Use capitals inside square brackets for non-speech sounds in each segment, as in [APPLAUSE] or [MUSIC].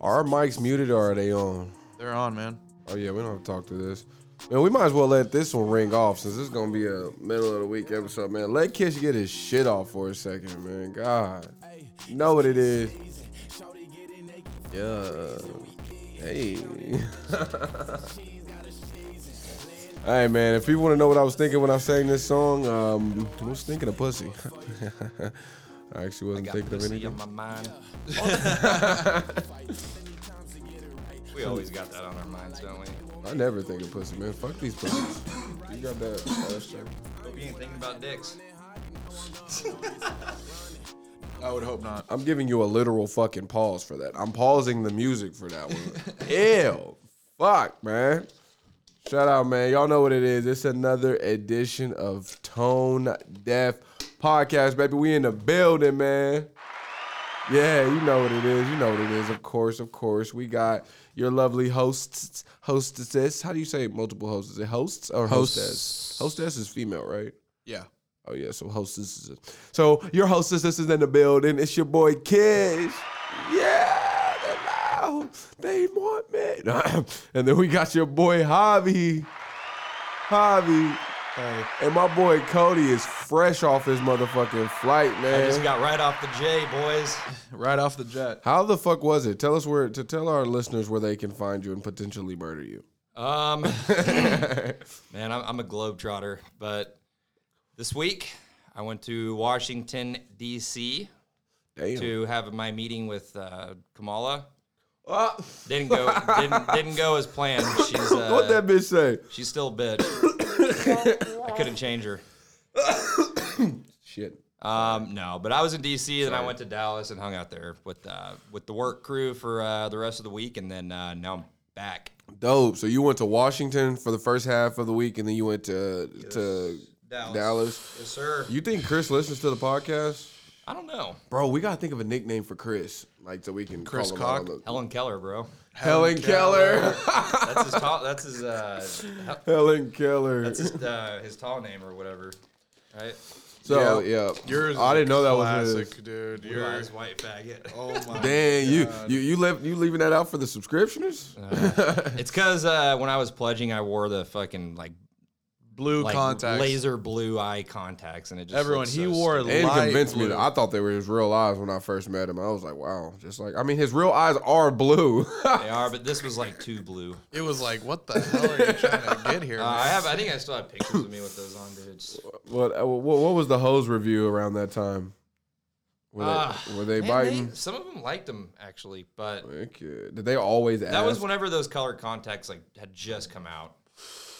Are our mics muted or are they on? They're on, man. Oh yeah, we don't have to talk to this. Man, we might as well let this one ring off since this is gonna be a middle of the week episode, man. Let Kish get his shit off for a second, man. God. You know what it is. Yeah. Hey. [LAUGHS] Hey man, if people want to know what I was thinking when I sang this song, um, I was thinking of pussy. [LAUGHS] I actually wasn't thinking of anything. my mind. we always got that on our minds, don't we? I never think of pussy, man. Fuck these pussies. You got that. uh, shit. Hope you ain't thinking about dicks. [LAUGHS] I would hope not. I'm giving you a literal fucking pause for that. I'm pausing the music for that one. Ew. Fuck, man. Shout out, man. Y'all know what it is. It's another edition of Tone Deaf Podcast, baby. We in the building, man. Yeah, you know what it is. You know what it is. Of course, of course. We got your lovely hosts, hostesses. How do you say multiple hosts? Is it hosts or hostess? Hosts. Hostess is female, right? Yeah. Oh yeah, so hostess. is- So your hostess this is in the building. It's your boy Kish. Yeah, they're loud. They want me. [LAUGHS] and then we got your boy Javi. Javi. Hey. And my boy Cody is fresh off his motherfucking flight, I man. just got right off the J, boys. Right off the jet. How the fuck was it? Tell us where to tell our listeners where they can find you and potentially murder you. Um, man, I'm, I'm a globetrotter, but this week I went to Washington D.C. Damn. to have my meeting with uh, Kamala. Ah, Didn't go. didn't, didn't go as planned. She's uh, what that bitch say? she's still a bitch. I couldn't change her. Shit. Um, no, but I was in DC, then I went to Dallas and hung out there with uh, with the work crew for uh, the rest of the week, and then uh, now I'm back. Dope. So you went to Washington for the first half of the week, and then you went to to Dallas. yes, sir. You think Chris listens to the podcast, I don't know, bro? We gotta think of a nickname for Chris, like so we can Chris call him out Cock? on the- Helen Keller, bro. Helen Keller. That's his tall. That's his uh, [LAUGHS] Helen Keller. that's his, uh, his tall name or whatever, right? So yeah, Yours. I is didn't know that was classic, his. dude. Blue Yours. eyes, white faggot. Oh my. Dang, you you you left you leaving that out for the subscriptioners? It's because uh, when I was pledging, I wore the fucking like Blue like contacts. laser blue eye contacts, and it just Everyone, looked he so wore stupid. and Light convinced me blue. that I thought they were his real eyes when I first met him. I was like, wow, just like I mean, his real eyes are blue. [LAUGHS] They are, but this was like too blue. It was like, what the hell are you trying to get here? Uh, [LAUGHS] I have. I think I still have pictures of me with those on, dude. It's- what, what what was the hose review around that time? Were they, Ah, were they man, biting? they- some of them liked them actually, but Okay. Did they always ask? that was whenever those color contacts like had just come out.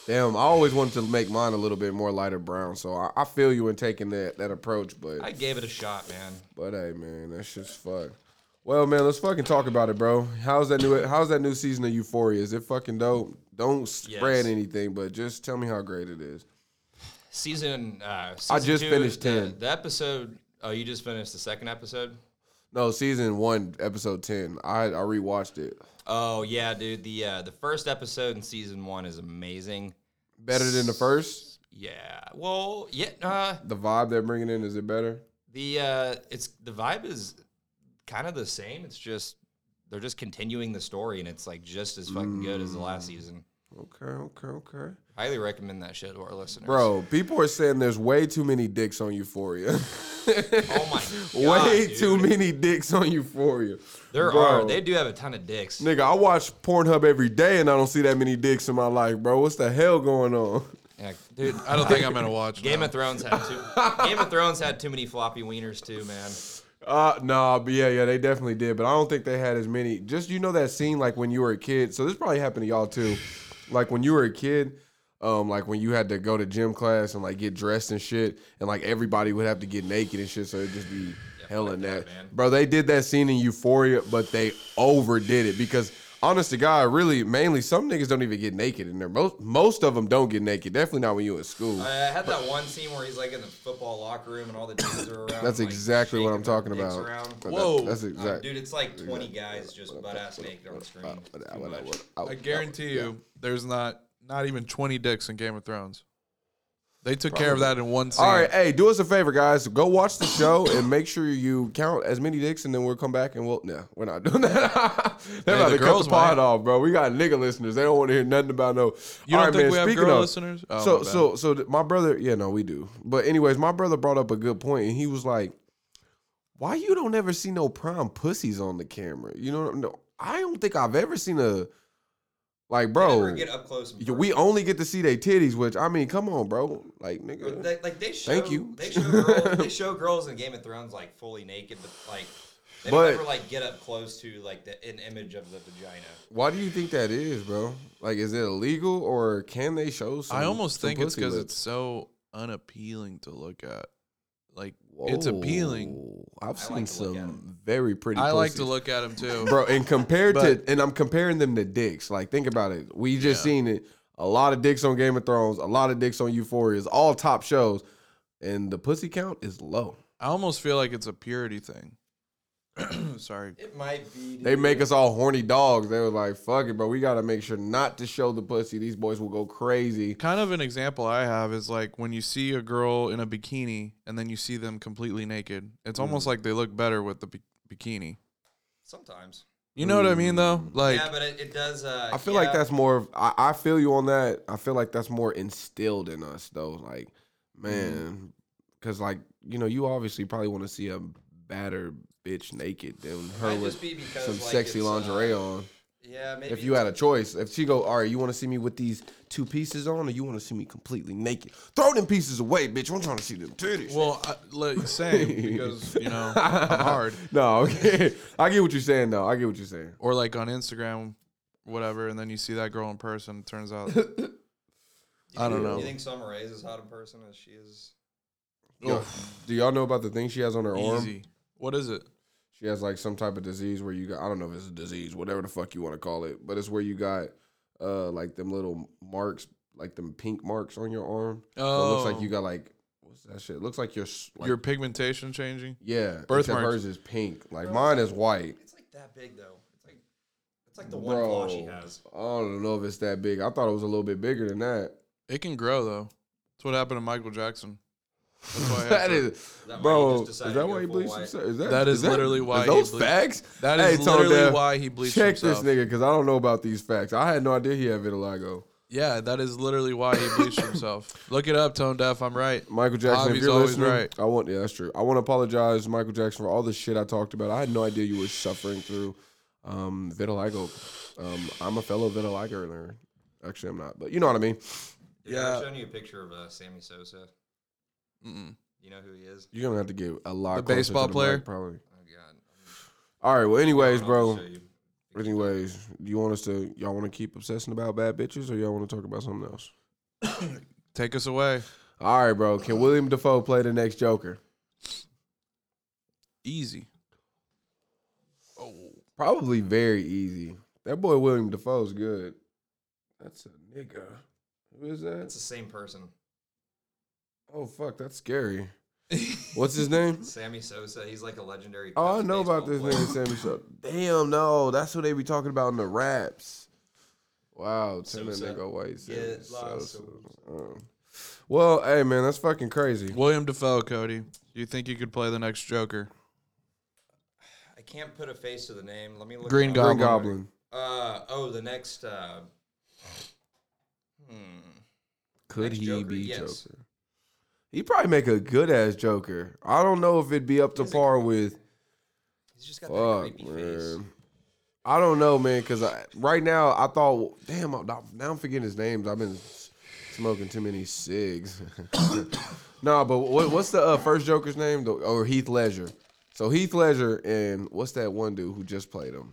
Damn, I always wanted to make mine a little bit more lighter brown, so I, I feel you in taking that, that approach, but I gave it a shot, man. but hey man, that shit's fuck. Well man, let's fucking talk about it, bro. How's that new how's that new season of Euphoria? Is it fucking dope? Don't spread Yes. anything, but just tell me how great it is. Season. Uh, I season just two, finished the- 10. The episode. Oh, you just finished the second episode. No, season one, episode ten. I I rewatched it. Oh yeah, dude. The uh, the first episode in season one is amazing. Better than the first? Yeah. Well, yeah. Uh, The vibe they're bringing in, is it better? the uh, it's the vibe is kind of the same. It's just they're just continuing the story, and it's like just as fucking good as the last Mm. season. Okay, okay, okay. Highly recommend that shit to our listeners. Bro, people are saying there's way too many dicks on Euphoria. [LAUGHS] Oh my god. way dude. too many dicks on Euphoria. There Bro. are. They do have a ton of dicks. Nigga, I watch Pornhub every day and I don't see that many dicks in my life, bro. What's the hell going on? Yeah, dude, I don't think I'm gonna watch. Game no. of Thrones had too. Game of Thrones had too many floppy wieners too, man. Uh nah, but yeah, yeah, they definitely did, but I don't think they had as many. Just you know that scene like when you were a kid. So this probably happened to y'all too. Like when you were a kid, um, like when you had to go to gym class and like get dressed and shit, and like everybody would have to get naked and shit, so it'd just be hell in that. man. Bro, they did that scene in Euphoria, but they overdid it because honest to God, really, mainly some niggas don't even get naked in there. Most most of them don't get naked. Definitely not when you in school. I had that one scene where he's like in the football locker room and all the dudes are around. That's like, exactly what shaking I'm their talking dicks about. around. That- Whoa. that's Uh, Uh, exactly. dude, it's like 20 guys just butt ass naked on screen. Uh, It's I too would- I much. would- I would- I guarantee you, there's not not even 20 dicks in Game of Thrones. They took care of that in one scene. All right, hey, do us a favor, guys. Go watch the show and make sure you count as many dicks, and then we'll come back and we'll. No, we're not doing that. [LAUGHS] They're Hey, about to the cut girls the pod might. off, bro. We got nigga listeners. They don't want to hear nothing about no. You don't All right, think man, we have speaking girl of- listeners? Oh, so my bad. so so th- my brother, yeah, no, we do. But anyways, my brother brought up a good point, and he was like, "Why you don't ever see no prime pussies on the camera? You know, what I'm- no, I don't think I've ever seen a like, Never bro. get up close. and y- We only get to see they titties, which I mean, come on, bro. Like, personal. nigga, They- like they show, Thank you. They show, [LAUGHS] girls, they show girls in Game of Thrones like fully naked, but like they But- don't ever like get up close to like the, an image of the vagina. why do you think that is, bro? Like, is it illegal or can they show? Some, I almost some think it's pussy because lips? it's so unappealing to look at. Like it's appealing. Whoa. I've I seen like to look at some very pretty. I like pussies. to look at them too. bro. And compared But- to, and I'm comparing them to dicks. Like, think about it. We just Yeah. seen it. A lot of dicks on Game of Thrones. A lot of dicks on Euphoria. It's All top shows, and the pussy count is low. I almost feel like it's a purity thing. [CLEARS THROAT] Sorry. It might be. They make us all horny dogs. They were like, "Fuck it, bro. We gotta make sure not to show the pussy. These boys will go crazy." Kind of an example I have is like when you see a girl in a bikini and then you see them completely naked. It's Mm. almost like they look better with the bi- bikini. sometimes. You know what I mean though? Mm. Like yeah, but it, it does. Uh, I feel yeah. like that's more. Of, I, I feel you on that. I feel like that's more instilled in us though. Like, Mm-hmm. man, because like you know, you obviously probably want to see a badder bitch naked than her Might with just be because, some like, sexy it's, uh, lingerie on. Yeah, maybe If you had a choice, if she go, all right, you want to see me with these two pieces on, or you want to see me completely naked? Throw them pieces away, bitch. I'm trying to see them titties. well, I, like same because, you know, [LAUGHS] I'm hard. no, okay. I get what you're saying though. I get what you're saying. Or like on Instagram whatever and then you see that girl in person, turns [LAUGHS] out You I don't think- know. You think Summer Rae is as hot in person as she is? Yo, do y'all know about the thing she has on her arm? easy. What is it? She has like some type of disease where you got I don't know if it's a disease, whatever the fuck you want to call it, but it's where you got uh like them little marks, like them pink marks on your arm. So it looks like you got like what's that shit? It looks like your s- like, Um, your pigmentation changing. yeah, except birthmarks. hers is pink. Like mine is white. It's like that big though. It's like it's like the one flaw she has. I don't know if it's that big. I thought it was a little bit bigger than that. It can grow though. That's what happened to Michael Jackson. That's why [LAUGHS] I that have to- is, That why he bro. just Is decided that to why go he full bleached white? himself? Is that, That is is that- literally is why he those bleached- facts. that is Tone literally Deaf, why he bleached Check himself. this nigga because I don't know about these facts. I had no idea he had vitiligo. Yeah, that is literally why he [LAUGHS] bleached himself. Look it up, tone deaf. I'm right. Michael Jackson, Javi's if you're always listening, right. I want yeah, that's true. I want to apologize, Michael Jackson, for all the shit I talked about. I had no idea you were suffering through um, vitiligo. Um, I'm a fellow vitiligo learner. Actually, I'm not, but you know what I mean. Dude, yeah. Yeah. I've shown you a picture of uh, Sammy Sosa. Mm-mm. You know who he is? You're gonna have to get a lot. The closer to baseball mic, player? probably. Oh god. All right. Well, anyways, I'll bro. show you. Anyways, do you want us to? Y'all want to keep obsessing about bad bitches, or y'all want to talk about something else? Take us away. All right, bro. Can William Defoe play the next Joker? Easy. Probably very easy. That boy William Defoe's good. That's a nigga. Who is that? It's the same person. Oh fuck, that's scary. What's his [LAUGHS] name? Sammy Sosa. He's like a legendary. Oh, I Cubs know about this baseball nigga player. Sammy Sosa. [LAUGHS] Damn, no, that's who they be talking about in the raps. Wow, ten Sosa. nigga white. Sammy Get lost, Sosa. Uh, Well, hey man, that's fucking crazy. William Defoe, Cody. Do you think you could play the next Joker? I can't put a face to the name. Let me look. Green it up. Green Goblin. Goblin, Uh oh, the next. Uh, hmm. could Next he Joker, be yes. Joker? He probably make a good ass Joker. I don't know if it'd be up to He's a- par with. He's just got that Fuck, creepy face. man. I don't know, man, because I, right now I thought, damn, I'm, not- now I'm forgetting his names. I've been s- smoking too many cigs. [COUGHS] nah, but what, what's the uh, first Joker's name? The, or Heath Ledger. So Heath Ledger and what's that one dude who just played him?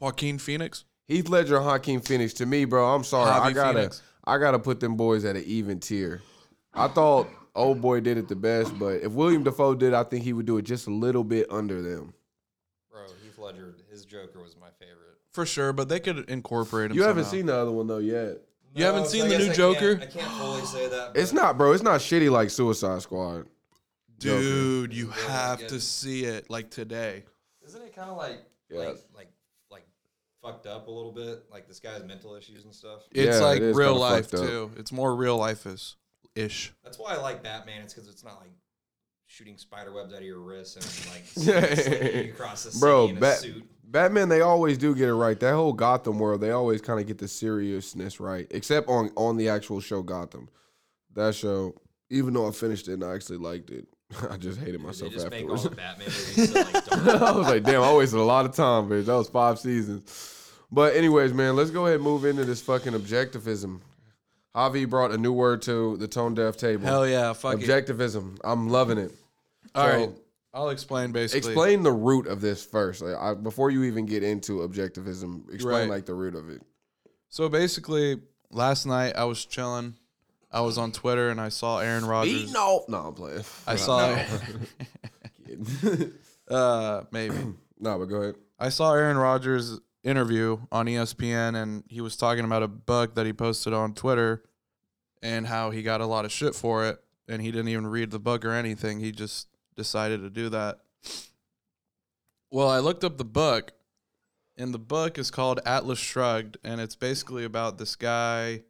Joaquin Phoenix? Heath Ledger and Joaquin Phoenix. To me, bro, I'm sorry. I Harvey gotta, Phoenix. I gotta put them boys at an even tier. I thought old boy did it the best, but if William Defoe did, I think he would do it just a little bit under them. Bro, Heath Ledger, his Joker was my favorite. For sure, but they could incorporate him. You haven't somehow. seen the other one though yet. You haven't seen I the guess new I Joker? Can't, I can't fully [GASPS] say that. It's but not, bro. It's not shitty like Suicide Squad. Dude, you have yeah. to see it like today. Isn't it kind of like, like Yes. like like fucked up a little bit? Like this guy's mental issues and stuff. It's Yeah, like it is real kinda life fucked up. too. It's more real life is. ish. That's why I like Batman. It's because it's not like shooting spider webs out of your wrists [LAUGHS] and like Yeah. slinging across the city Bro, in a Bat- suit. Batman, they always do get it right. That whole Gotham world, they always kind of get the seriousness right, except on on the actual show Gotham. That show, even though I finished it and I actually liked it, [LAUGHS] I just hated They myself just make all afterwards. [LAUGHS] the Batman movies so, like, I dark. was like, damn, I wasted a lot of time, bitch. That was five seasons. But anyways, man, let's go ahead and move into this fucking objectivism. Javi brought a new word to the tone deaf table. yeah, fuck objectivism. I'm loving it. All So- right. I'll explain basically. Explain the root of this first, like, I, before you even get into objectivism. Explain Right. like the root of it. So basically, last night I was chilling. I was on Twitter and I saw Aaron Rodgers. off. No, I'm playing. I saw, [LAUGHS] Kidding. uh, maybe no, but go ahead. I saw Aaron Rodgers interview on E ESPN, and he was talking about a book that he posted on Twitter, and how he got a lot of shit for it, and he didn't even read the book or anything. He just decided to do that. Well, I looked up the book, and the book is called Atlas Shrugged, and it's basically about this guy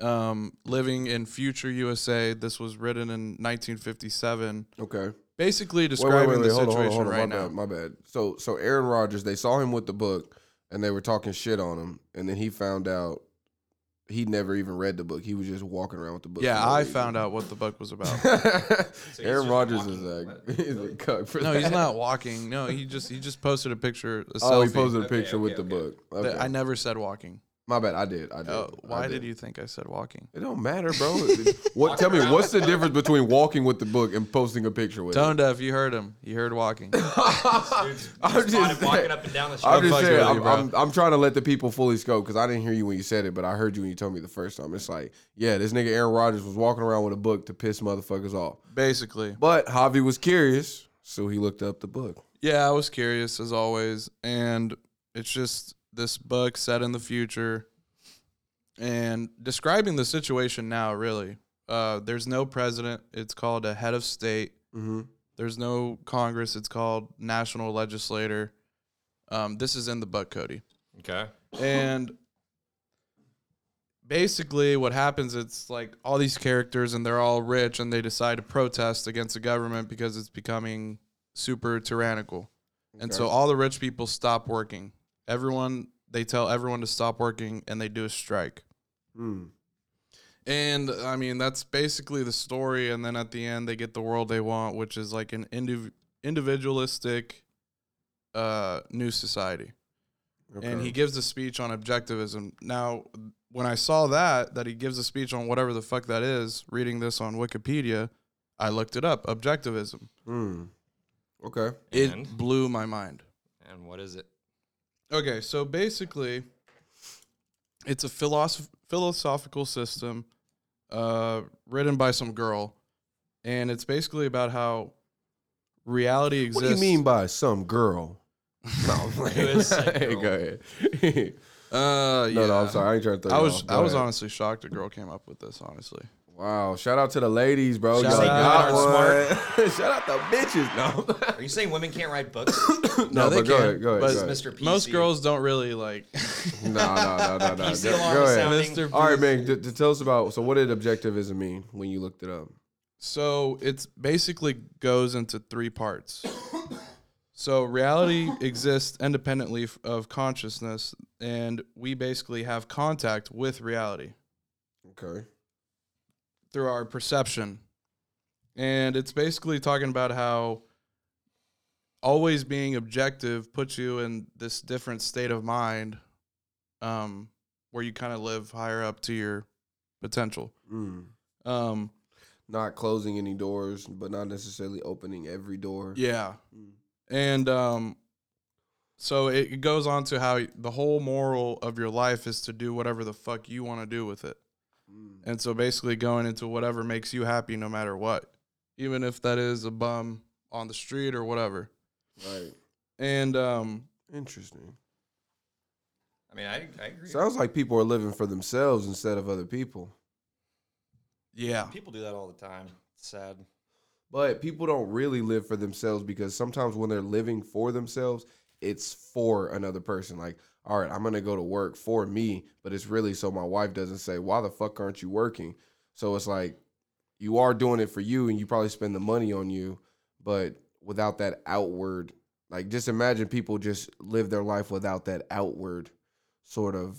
um, living in future USA. This was written in 1957, Okay. basically describing the Hold on, hold situation on, hold on. right my now. bad. My bad. So, so Aaron Rodgers, they saw him with the book, and they were talking shit on him, and then he found out he never even read the book. He was just walking around with the book. Yeah, [LAUGHS] I found out what the book was about. Aaron just Rodgers is walking a [LAUGHS] with is a cuck for No, that. he's not walking. No, he just he just posted a picture. A Oh, selfie. he posted a Okay, picture with okay, the okay. book. Okay. That- I never said walking. my bad. I did. I did. Oh, I why did you think I said walking? It don't matter, [LAUGHS] bro. what? Tell me, what's [LAUGHS] the difference between walking with the book and posting a picture with Tone deaf. You heard him. You [COUGHS] heard walking. it? [LAUGHS] [LAUGHS] Dude's I'm spotted just walking saying. up and down the street. I'm just fucking saying. with I'm, you, bro. I'm, I'm trying to let the people fully scope because I didn't hear you when you said it, but I heard you when you told me the first time. It's like, yeah, this nigga Aaron Rodgers was walking around with a book to piss motherfuckers off. Basically, But Javi was curious, so he looked up the book. yeah. I was curious as always, and it's just this book set in the future, and describing the situation now. Really, uh, there's no president. It's called a head of state. Mm-hmm. There's no Congress. It's called national legislator. Um, this is in the book, Cody. Okay. and basically what happens it's like all these characters and they're all rich and they decide to protest against the government because it's becoming super tyrannical and so all the rich people stop working everyone they tell everyone to stop working and they do a strike Mm. and I mean, that's basically the story. And then at the end, they get the world they want, which is like an indiv- individualistic uh, new society. And Okay. he gives a speech on objectivism. Now, when I saw that, that he gives a speech on whatever the fuck that is, reading this on Wikipedia, I looked it up objectivism. Mm. Okay. And? It blew my mind. And what is it? Okay, so basically, it's a philosoph- philosophical system uh, written by some girl, and it's basically about how reality What exists. do you mean by some [LAUGHS] girl? No, I'm playing. is some Hey, [LAUGHS] girl? go ahead. [LAUGHS] Uh, No, yeah. no, I'm sorry. I ain't trying to throw I you was off. Go I was ahead. honestly shocked a girl came up with this. Honestly, Wow! Shout out to the ladies, bro. Shout Y'all out. got one. [LAUGHS] Shout out to bitches. No, [LAUGHS] Are you saying women can't write [COUGHS] books? no, they but go can, ahead, go ahead. but- go ahead. Mr. PC. most girls don't really like. [LAUGHS] [LAUGHS] No, no, no, no, no. PC Go alarm ahead. sounding. Mr. All right, man. D- d- tell us about. So, what did objectivism mean when you looked it up? So it's basically goes into three parts. so reality exists independently f- of consciousness, and we basically have contact with reality Okay. through our perception. And it's basically talking about how always being objective puts you in this different state of mind um, where you kind of live higher up to your potential. Mm. Um, Not closing any doors, but not necessarily opening every door. yeah. Mm. And um, so it it goes on to how the whole moral of your life is to do whatever the fuck you want to do with it. Mm. And so basically going into whatever makes you happy no matter what, even if that is a bum on the street or whatever. Right. And um, Interesting. I mean, I, I agree. Sounds like people are living for themselves instead of other people. yeah, People do that all the time. It's sad. But people don't really live for themselves because sometimes when they're living for themselves, it's for another person. Like, all right, I'm gonna go to work for me, but it's really so my wife doesn't say, Why the fuck aren't you working? So it's like you are doing it for you and you probably spend the money on you, but without that outward, like just imagine people just live their life without that outward sort of,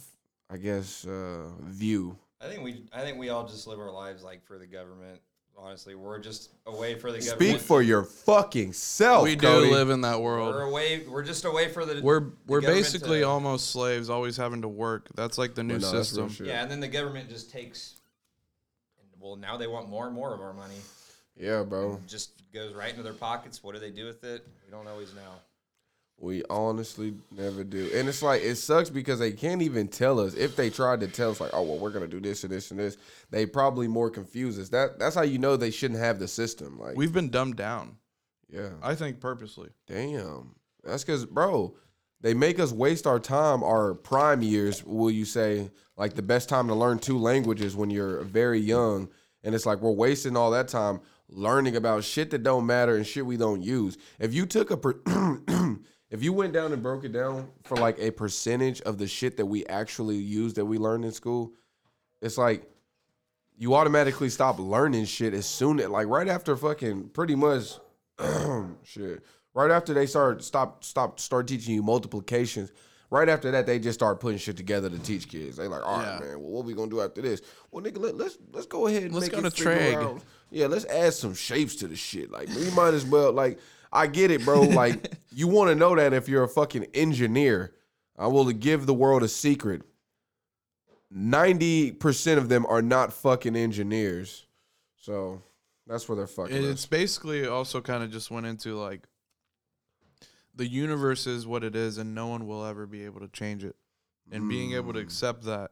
I guess, uh, view. I think we I think we all just live our lives like for the government. Honestly, we're just away for the Speak government. for your fucking self. we do Oh, Cody. live in that We're world. away. We're just away for the. We're we're government basically to- almost slaves, always having to work. That's like the new But no, that's real system. shit. yeah, and then the government just takes. and, Well, now they want more and more of our money. Yeah, bro. Just goes right into their pockets. What do they do with it? We don't always know. We honestly never do. And it's like it sucks because they can't even tell us. If they tried to tell us like, oh well, we're gonna do this and this and this, they probably more confuse us. That that's how you know they shouldn't have the system. Like We've been dumbed down. yeah. I think purposely. Damn. That's because, bro, they make us waste our time, our prime years, will you say? Like the best time to learn two languages when you're very young. And it's like we're wasting all that time learning about shit that don't matter and shit we don't use. If you took a, per- [CLEARS THROAT] if you went down and broke it down for like a percentage of the shit that we actually use that we learned in school, it's like you automatically stop learning shit as soon as like right after fucking pretty much [CLEARS THROAT] shit. Right after they start stop stop start teaching you multiplications. Right after that, they just start putting shit together to teach kids. They like, all right, Yeah. man. Well, what we gonna do after this? Well, nigga, let, let's let's go ahead and Let's make go it to figure trag. out- Yeah, let's add some shapes to the shit. Like we might as well. Like I get it, bro. [LAUGHS] Like you want to know that if you're a fucking engineer, I will give the world a secret. 90% of them are not fucking engineers. So that's where they're fucking. It- us. It's basically also kind of just went into like the universe is what it is, and no one will ever be able to change it. And being able to Mm. Oh, accept that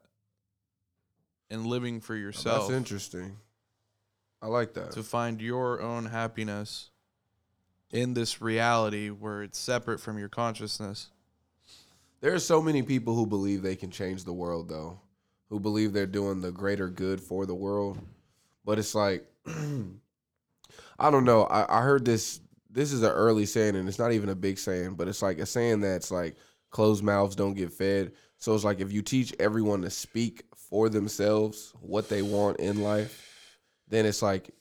and living for yourself That's interesting. I like that. to find your own happiness in this reality where it's separate from your consciousness. There are so many people who believe they can change the world, though, who believe they're doing the greater good for the world. But it's like, [CLEARS THROAT] I don't know. I, I heard this. This is an early saying, and it's not even a big saying, but it's like a saying that's like closed mouths don't get fed. So it's like if you teach everyone to speak for themselves what they want in life, then it's like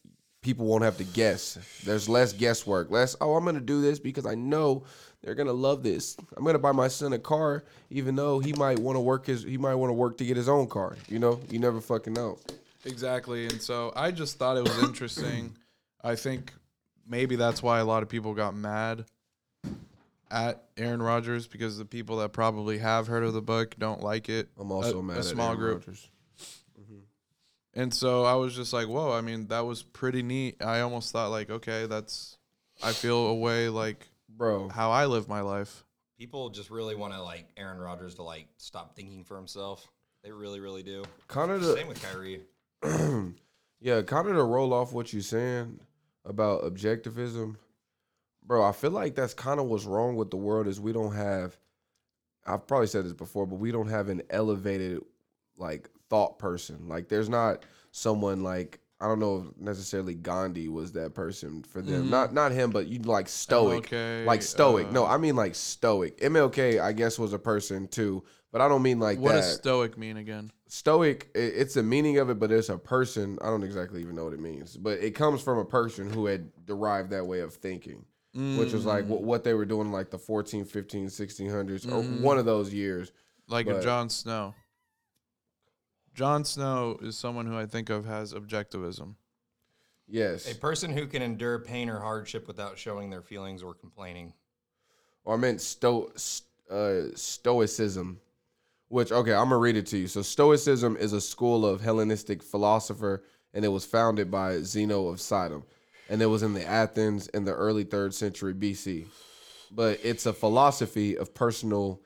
people won't have to guess. There's less guesswork. Less, oh, I'm gonna do this because I know they're gonna love this. I'm gonna buy my son a car, even though he might want to work his, he might want to work to get his own car. You know, you never fucking know. Exactly. And so I just thought it was [COUGHS] interesting. I think maybe that's why a lot of people got mad at Aaron Rodgers because the people that probably have heard of the book don't like it. I'm also a, mad a at small Aaron group. Rodgers. And so I was just like, whoa, I mean, that was pretty neat. I almost thought like, okay, that's I feel a way like bro. how I live my life. People just really want to like Aaron Rodgers to like stop thinking for himself. They really, really do. Kind of the Same with Kyrie. [CLEARS THROAT] yeah, kind of to roll off what you're saying about objectivism, bro. I feel like that's kind of what's wrong with the world is we don't have. I've probably said this before, but we don't have an elevated like thought person. Like, there's not someone like I don't know if necessarily Gandhi was that person for them. Mm-hmm. Not not him, but you like stoic, MLK, like stoic. uh, no, I mean like stoic. MLK, I guess, was a person too, but I don't mean like What that. does stoic mean again? stoic i- it's the meaning of it but it's a person i don't exactly even know what it means but it comes from a person who had derived that way of thinking which was Mm. like what, what they were doing like the 14 15 1600s or one of those years Like but- a Jon Snow. Jon Snow is someone who I think of has objectivism. yes A person who can endure pain or hardship without showing their feelings or complaining. or i meant sto- st- uh, stoicism which okay i'm gonna read it to you so stoicism is a school of hellenistic philosopher and it was founded by zeno of sidon and it was in the athens in the early third century bc but it's a philosophy of personal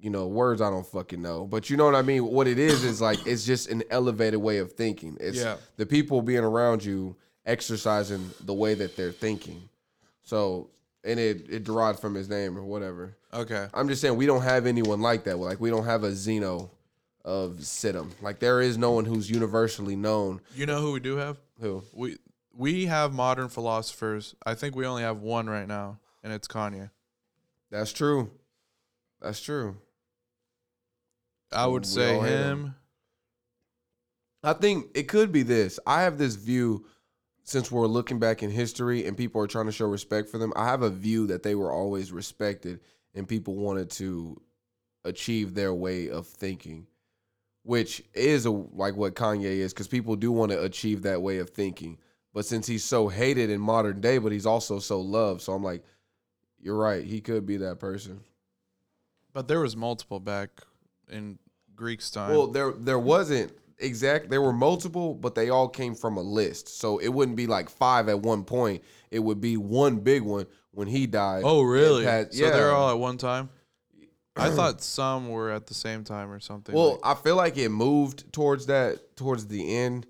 you know words i don't fucking know but you know what i mean what it is is like it's just an elevated way of thinking it's Yeah. the people being around you exercising the way that they're thinking so and it it derived from his name or whatever Okay. i'm just saying we don't have anyone like that like we don't have a zeno of Sidham. like there is no one who's universally known You know who we do have? who We we have modern philosophers. I think we only have one right now, and it's Kanye. that's true that's true I would We say all hate him. I think it could be this. I have this view since we're looking back in history and people are trying to show respect for them. I have a view that they were always respected and people wanted to achieve their way of thinking, which is a, like what Kanye is because people do want to achieve that way of thinking. But since he's so hated in modern day, but he's also so loved, so I'm like, you're right. He could be that person. But there was multiple back in Greek's time. Well, there there wasn't exact. There were multiple, but they all came from a list. So it wouldn't be like five at one point. It would be one big one when he died. oh, really? had- So they're yeah. all at [CLEARS THROAT] one time. I thought some were at the same time or something. well, like- I feel like it moved towards that towards the end,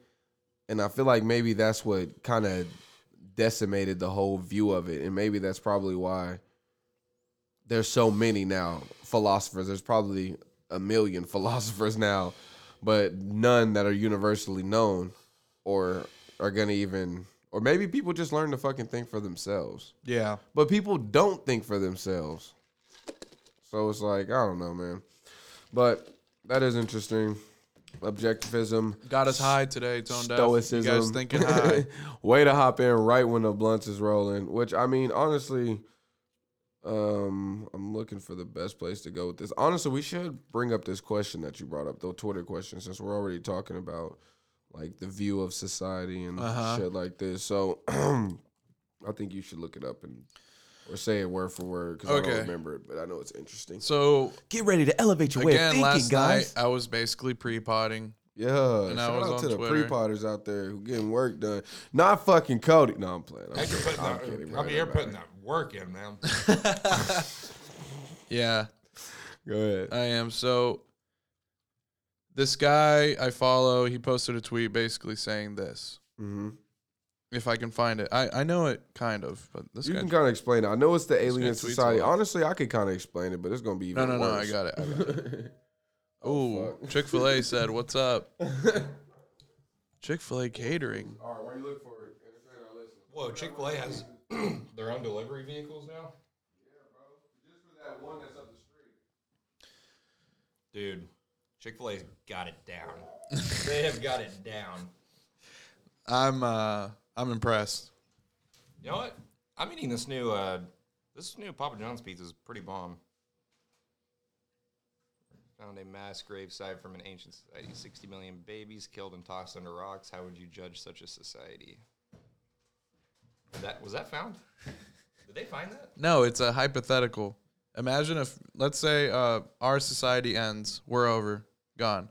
and I feel like maybe that's what kind of decimated the whole view of it, and maybe that's probably why there's so many now philosophers. There's probably a million [LAUGHS] philosophers now, but none that are universally known or are gonna even. Or maybe people just learn to fucking think for themselves. yeah. But people don't think for themselves. So it's like, I don't know, man. But that is interesting. Objectivism. Got us high today, Tone Deaf. Stoicism. You guys thinking high. [LAUGHS] Way to hop in right when the blunts is rolling. Which I mean, honestly, um, I'm looking for the best place to go with this. Honestly, we should bring up this question that you brought up, the Twitter question, since we're already talking about like the view of society and Uh-huh. shit like this. So [CLEARS THROAT] I think you should look it up and or say it word for word because I Okay. don't remember it, but I know it's interesting. so Get ready to elevate again, last night I was [LAUGHS] basically pre-potting. Yeah, And I shout was out on to the Twitter. pre-potters out there who getting work done. Not fucking Cody. No, I'm playing. I'm, Hey, you're kidding. putting I'm that- kidding, bro. I'm here Never putting that work in, man. Yeah, mind. Go ahead. I am. So this guy I follow, he posted a tweet basically saying this. hmm If I can find it, I, I know it kind of, but this You guy. can kind of explain it. I know it's the alien tweets a society. lot. Honestly, I could kind of explain it, but it's gonna be No, even no, no! I worse. got it. I got it. [LAUGHS] Oh, Ooh, fuck. Chick Fil A said, "What's up?" [LAUGHS] Chick Fil A catering. All right, where you look for it? Entertain our listeners. Whoa, Chick Fil A [CLEARS THROAT] has their own delivery vehicles now, Just for that one that's up the street. dude. Chick Fil A's got it down. they have got it down. I'm uh I'm impressed. You know what? I'm eating this new uh, this new Papa John's pizza is pretty bomb. Found a mass grave site from an ancient society. 60 million babies killed and tossed under rocks. How would you judge such a society? That was that found? Did they find that? No, it's a hypothetical. Imagine if, let's say, uh, our society ends, we're over, gone,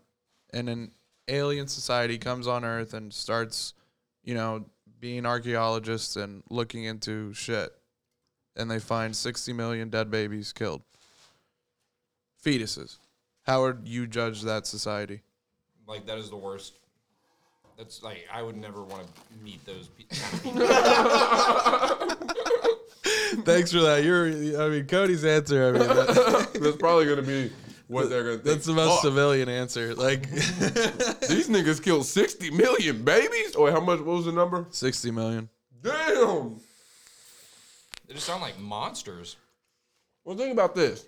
and an alien society comes on Earth and starts, you know, being archaeologists and looking into shit, and they find 60 million dead babies killed, fetuses. How would you judge that society? like that is the worst. That's like I would never want to meet those [LAUGHS] people. Thanks for that. You're, I mean, Cody's answer. I mean, that, [LAUGHS] That's probably gonna be what they're gonna. Think. that's the most civilian answer. Like, [LAUGHS] These niggas killed sixty million babies. Or how much? What was the number? 60 million. Damn. they just sound like monsters. Well, think about this.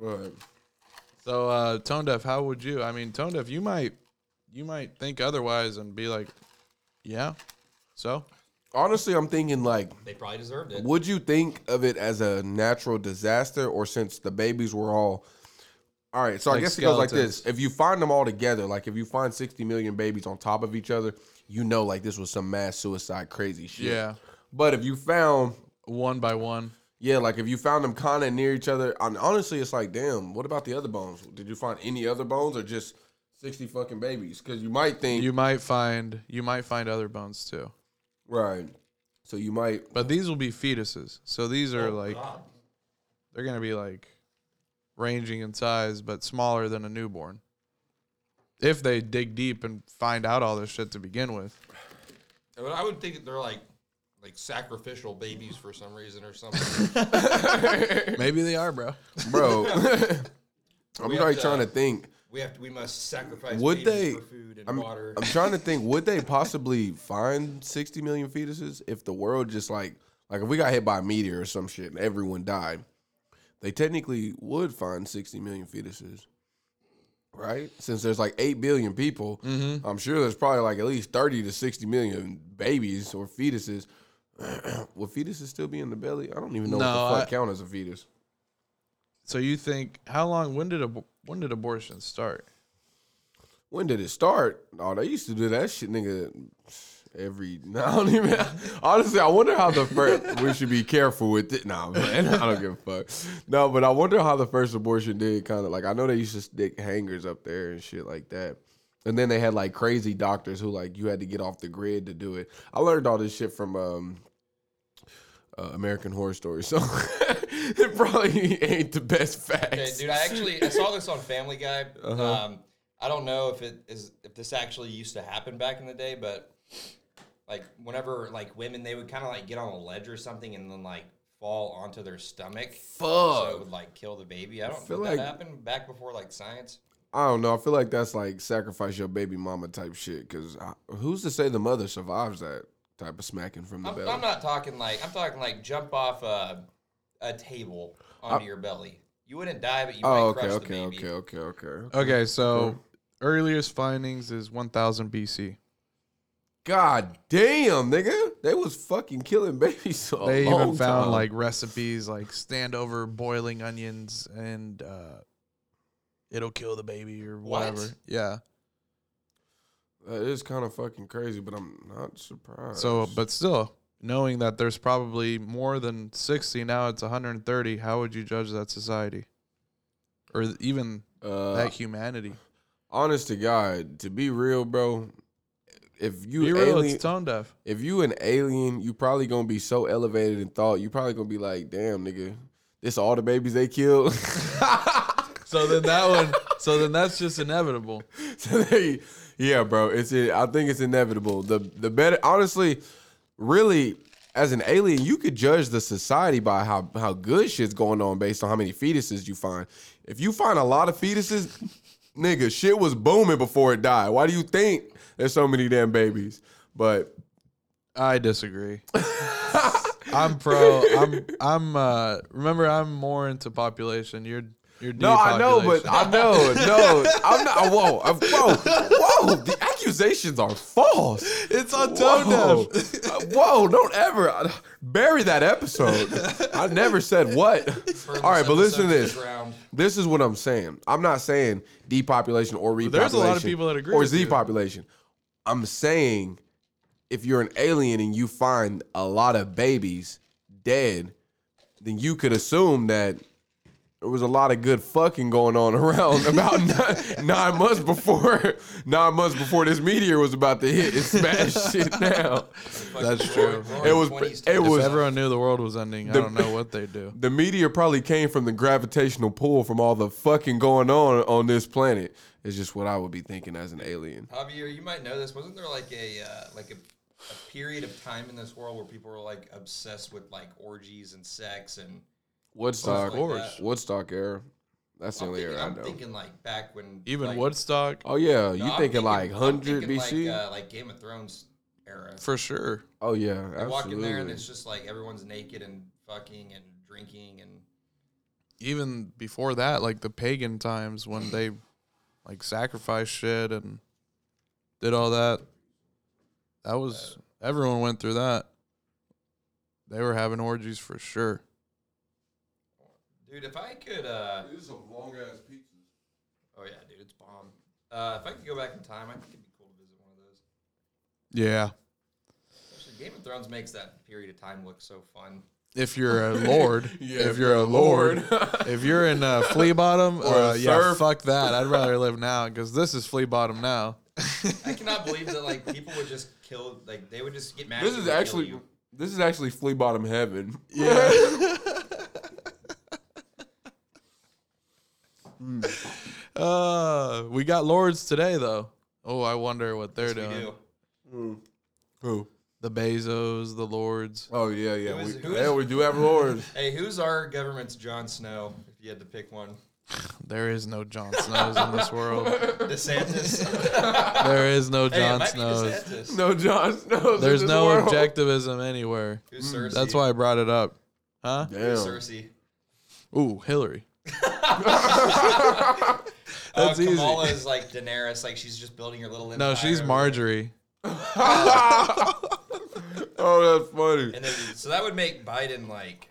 All right. So uh tone deaf, how would you? I mean, tone deaf, you might you might think otherwise and be like, yeah. So Honestly, I'm thinking like They probably deserved it. Would you think of it as a natural disaster, or since the babies were all? All right, so I Like guess it goes like this: if you find them all together, like if you find sixty million babies on top of each other, you know, like this was some mass suicide, crazy shit. yeah, But if you found, one by one. yeah, like if you found them kind of near each other, and honestly, it's like, damn, what about the other bones? Did you find any other bones, or just sixty fucking babies? Because you might think, You might find you might find other bones too. right? So you might But these will be fetuses. So these are like they're gonna be like ranging in size but smaller than a newborn. If they dig deep and find out all this shit to begin with. I would- I would think that they're like like sacrificial babies for some reason [LAUGHS] or something. Maybe they are, bro. bro. [LAUGHS] [LAUGHS] I'm have really to- trying to think. we have to. We must sacrifice Would babies they- for food and I'm, water. I'm trying to think. Would [LAUGHS] they possibly find 60 million fetuses if the world just like like if we got hit by a meteor or some shit and everyone died? They technically would find 60 million fetuses. right? Since there's like eight billion people, Mm-hmm. I'm sure there's probably like at least thirty to sixty million babies or fetuses. [CLEARS THROAT] Will fetuses still be in the belly? I don't even know what No, the fuck I- count as a fetus. So you think how long? When did ab- when did abortion start? When did it start? Oh, they used to do that shit, nigga. Every [LAUGHS] I don't even. Honestly, I wonder how the first. we should be careful with it. Nah, man, [LAUGHS] I don't give a fuck. No, but I wonder how the first abortion did. Kind of like I know they used to stick hangers up there and shit like that. And then they had like crazy doctors who like you had to get off the grid to do it. I learned all this shit from um, uh, American Horror Story, so [LAUGHS] it probably ain't the best facts. Okay, dude, I actually I saw this on Family Guy. Uh-huh. Um, I don't know if it is if this actually used to happen back in the day, but like whenever like women, they would kind of like get on a ledge or something and then like fall onto their stomach. So it fuck. would like kill the baby. I don't feel feel that like- happened back before like science. I don't know. I feel like that's like sacrifice your baby mama type shit. Cause I, who's to say the mother survives that type of smacking from the I'm, belly? I'm not talking like I'm talking like jump off a, a table onto your belly. You wouldn't die, but you might oh, okay, crush the okay, baby. okay, okay, okay, okay. Okay, so earliest findings is 1000 BC. God damn, nigga, they was fucking killing [LAUGHS] babies. A They long even found time. like recipes like stand over boiling onions and uh, it'll kill the baby or What? whatever. Yeah. that is kind of fucking crazy, but I'm not surprised. So, but still, knowing that there's probably more than 60 now, it's 130. How would you judge that society, or th- even uh, that humanity? honest to God, to be real, bro, if you Be real, alien- oh, it's tone deaf. if you an alien, you probably gonna be so elevated in thought. You probably gonna be like, damn, nigga, this all the babies they killed. [LAUGHS] [LAUGHS] So then that one. So then that's just inevitable. [LAUGHS] So there you- yeah, bro. It's it, I think it's inevitable. The the better, honestly, really, as an alien, you could judge the society by how how good shit's going on based on how many fetuses you find. If you find a lot of fetuses, [LAUGHS] nigga, shit was booming before it died. Why do you think there's so many damn babies? But [LAUGHS] I disagree. I'm pro. I'm. I'm. Uh, remember, I'm more into population. You're. You're. No, I know, but depopulation. I know, no, I'm not. Whoa, I'm- whoa, whoa! The accusations are false. it's Whoa, on tone deaf. Uh, [LAUGHS] whoa! Don't ever uh, bury that episode. I never said what. Burn All right, this but listen to episode the this. ground. This is what I'm saying. I'm not saying depopulation or repopulation. there's a lot of people that agree Or with you. depopulation. I'm saying if you're an alien and you find a lot of babies dead, then you could assume that there was a lot of good fucking going on [LAUGHS] around [LAUGHS] about nine, nine months before [LAUGHS] nine months before this meteor was about to hit and smash [LAUGHS] shit down. That's true. It was it If was everyone knew the world was ending, I The- don't know what they'd do. the meteor probably came from the gravitational pull from all the fucking going on on this planet. It's just what I would be thinking as an alien. Javier, you might know this. Wasn't there like a uh, like a, a period of time in this world where people were like obsessed with like orgies and sex and Woodstock, Of course. Woodstock era. That's the I'm, only thinking, era I I'm know. thinking like back when Even like, Woodstock, oh yeah, you no, I'm thinking like I'm 100 thinking, BC? like, uh, like Game of Thrones era. for sure. oh yeah, You walk in there and absolutely. it's just like everyone's naked and fucking and drinking and Even before that, like the pagan times when they like sacrificed shit and did all that. That was everyone went through that. They were having orgies for sure. dude, if I could, uh, These some long ass pizzas. oh yeah, dude, it's bomb. Uh, if I could go back in time, I think it'd be cool to visit one of those. Yeah. Actually, Game of Thrones makes that period of time look so fun. If you're a lord, Yeah, if you're a lord, if you're in uh, flea bottom, Or a uh, yeah, serf. fuck that. I'd rather live now because this is flea bottom now. I cannot believe that like people would just kill like they would just get mad. at This you is and kill actually [LAUGHS] you. this is actually flea bottom heaven. Uh, we got lords today though. Oh, I wonder what they're We doing. do. [LAUGHS] Who? The Bezos, the lords. Oh yeah, yeah. Who is- we, who yeah, is- we do have lords. Hey, who's our government's Jon Snow? If you had to pick one, There is no Jon Snows in this [LAUGHS] world. DeSantis. There is no hey, it Jon might be Snows. [LAUGHS] DeSantis. No, John Snows. There's in this no world. objectivism anywhere. Who's Cersei? That's why I brought it up. Huh? Damn. Who's Cersei? Ooh, Hillary. That's uh, easy. Kamala is like Daenerys, like she's just building her little empire. No, she's Marjorie. [LAUGHS] Oh, that's funny. And then, so that would make Biden like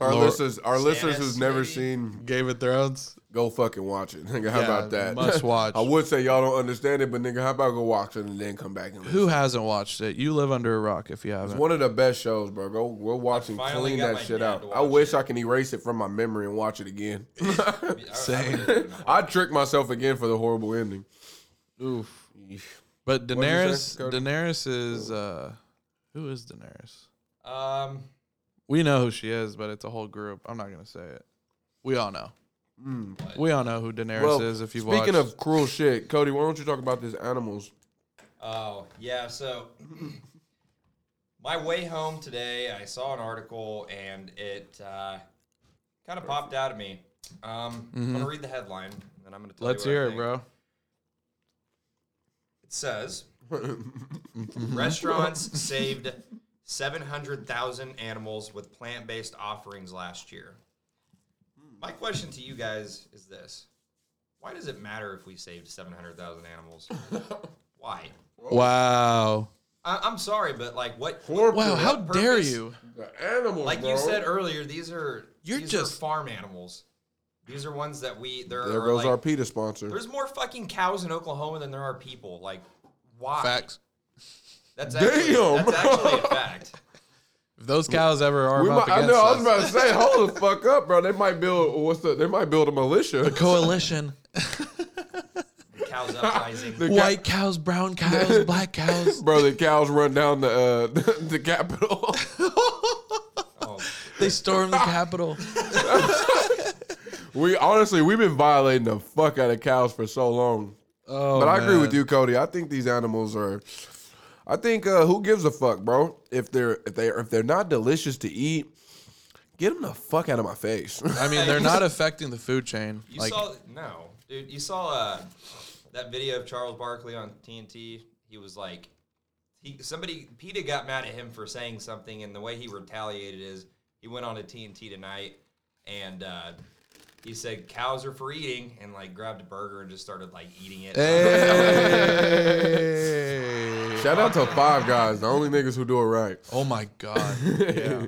Our Lord- listeners, our listeners who's Stannis, never maybe? seen, Game of Thrones. go fucking watch it. [LAUGHS] Nigga, how Yeah, about that? [LAUGHS] must watch. I would say y'all don't understand it, but nigga, how about go watch it and then come back and listen? Who hasn't watched it? You live under a rock if you It's haven't. one of the best shows, bro. Go, go watch and finally clean got that my shit dad out. to I watch wish it. I can erase it from my memory and watch it [LAUGHS] again. [LAUGHS] Same. I tricked myself again for the horrible ending. Oof. But you say, Daenerys, Cody? Daenerys is uh, who is Daenerys? um We know who she is, but it's a whole group. I'm not gonna say it. We all know. We all know who Daenerys Hmm. Well, is. If you've speaking watched, of cruel shit, Cody, why don't you talk about these animals? Oh, yeah. So, my way home today, I saw an article and it uh, kind of popped out at me. Um, I'm going to read the headline and then I'm going to Mm-hmm. tell let's you. what I hear it, think. bro. [LAUGHS] It says restaurants saved 700,000 animals with plant based offerings last year. My question to you guys is this Why does it matter if we saved 700,000 animals? Why? Wow. I- I'm sorry, but like, what? Wow. Horrible. How What dare purpose? you? The animals, Like bro. you said earlier, these are You're these just- are farm animals. These are ones that we there, There are goes like, our PETA sponsor. There's more fucking cows in Oklahoma than there are people. Like why? Facts. That's actually, Damn, That's bro. actually a fact. If those cows ever are We up might, I against know. I was us- about to say, hold the fuck up, bro. They might build what's the? They might build a militia. [LAUGHS] coalition. Cows uprising. [LAUGHS] The cow- White cows, [LAUGHS] brown cows, black cows. bro. The cows run down the uh, [LAUGHS] the capital. oh, They storm [LAUGHS] the Capitol. we honestly, we've been violating the fuck out of cows for so long. Oh, But I agree with man. you, Cody. I think these animals are. I think uh, who gives a fuck, bro? If they're if they if they're not delicious to eat, get them the fuck out of my face. [LAUGHS] I mean, they're not affecting the food chain. you like, saw no, dude. You saw uh, that video of Charles Barkley on TNT. He was like, he somebody PETA got mad at him for saying something, and the way he retaliated is he went on to TNT tonight and. uh he said cows are for eating and like grabbed a burger and just started like eating it. [LAUGHS] [LAUGHS] hey. Shout out to Five Guys, the only niggas who do it right. Oh my god. [LAUGHS] Yeah.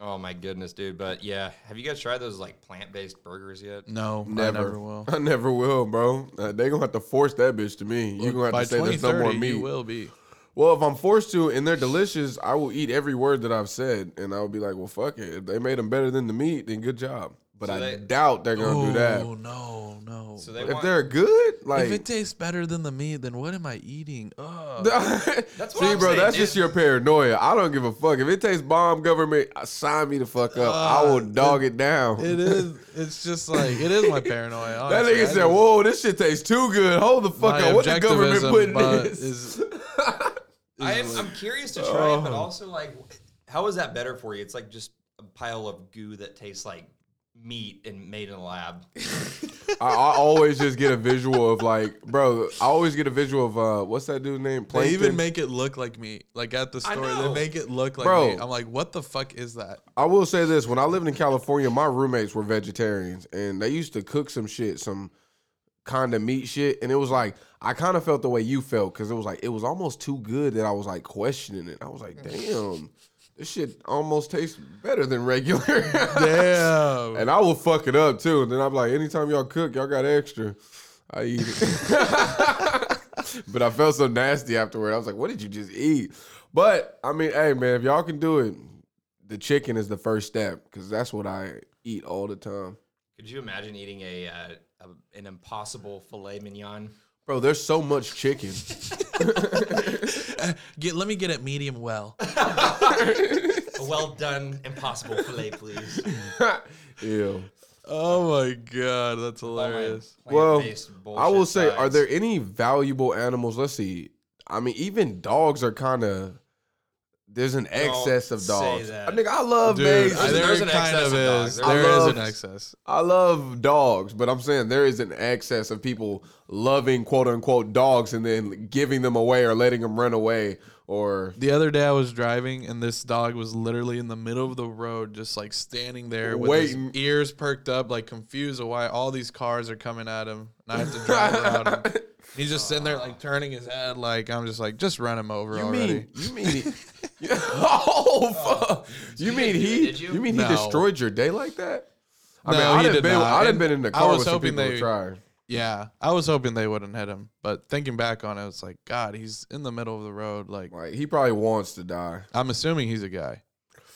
Oh my goodness, dude! But yeah, have you guys tried those like plant-based burgers yet? Mm. No, Never. I never will. I never will, bro. Uh, they gonna have to force that bitch to me. [LAUGHS] You gonna have By to say there's no 2030, more meat. you will be. Well, if I'm forced to and they're delicious, I will eat every word that I've said, and I'll be like, well, fuck it. If they made them better than the meat, then good job. But I they- doubt they're gonna do Oh that. no, no. So they If want. they're good, like if [LAUGHS] it tastes better than the meat, then what am I eating? Ugh. that's That's See, what I'm bro, saying, that's dude. just your paranoia. I don't give a fuck. If it tastes bomb government, I- sign me the fuck up. I will dog it, down. Uh, It is. It's just like it is my paranoia. that honestly. nigga I said, just- "Whoa, this shit tastes too good. Hold the fuck my up. What the government objectivism, putting in but this? is- [LAUGHS] I am, I'm curious to try it, Oh. but also like, how is that better for you? It's like just a pile of goo that tastes like meat and made in a lab. I, I always just get a visual of like, bro. I always get a visual of uh, what's that dude's name? They even Plankton? make it look like meat. Like at the store, they know. make it look like Bro. meat. I'm like, what the fuck is that? [LAUGHS] I will say this: when I lived in California, my roommates were vegetarians, and they used to cook some shit, some kind of meat shit, and it was like I kind of felt the way you felt because it was like it was almost too good that I was like questioning it. I was like, Mm. damn, this shit almost tastes better than [LAUGHS] regular. [LAUGHS] Damn. [LAUGHS] and I will fuck it up too. And then I'm like, anytime y'all cook, y'all got extra. I eat it. [LAUGHS] but I felt so nasty afterward. I was like, what did you just eat? But I mean, hey man, if y'all can do it, the chicken is the first step because that's what I eat all the time. Could you imagine eating a, uh, a an impossible filet mignon? Bro, there's so much chicken. [LAUGHS] Get, let me get it [LAUGHS] medium well. A well done impossible filet, [LAUGHS] please. Ew. Oh my god, that's hilarious. Well, Plant-based I will bullshit say, are sides. there any valuable animals? Let's see. I mean, even dogs are kind of There's an excess of say dogs. that. Nigga, I love Dude, babes. I- there there's an kind excess of of dogs. is. There's- There I is love- an excess. I love dogs, but I'm saying there is an excess of people loving quote unquote dogs and then giving them away or letting them run away or The other day I was driving and this dog was literally in the middle of the road, just like standing there with Waiting. his ears perked up, like confused of why all these cars are coming at him. And I have to [LAUGHS] drive around him. He's just sitting there like turning his head, like I'm just like, just run him over You already. mean you mean [LAUGHS] oh fuck. you mean he did you? you? mean No. he destroyed your day like that? I No, mean, I he done did been, not. I done And been in the I car was with some hoping people who they- tried. Yeah, I was hoping they wouldn't hit him, but thinking back on it, it's like God, he's in the middle of the road. Like Like he probably wants to die. I'm assuming he's a guy.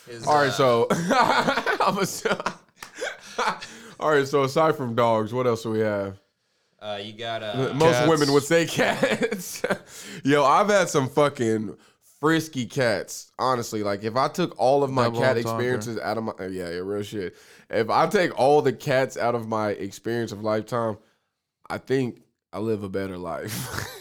His, All uh, right, so [LAUGHS] I'm a, [LAUGHS] All right, so aside from dogs, what else do we have? uh, you got uh, Most Cats. women would say cats. [LAUGHS] Yo, I've had some fucking frisky cats. Honestly, like if I took all of my Double cat entendre. experiences out of my yeah, yeah, real shit. If I take all the cats out of my experience of lifetime, I think I live a better life. [LAUGHS]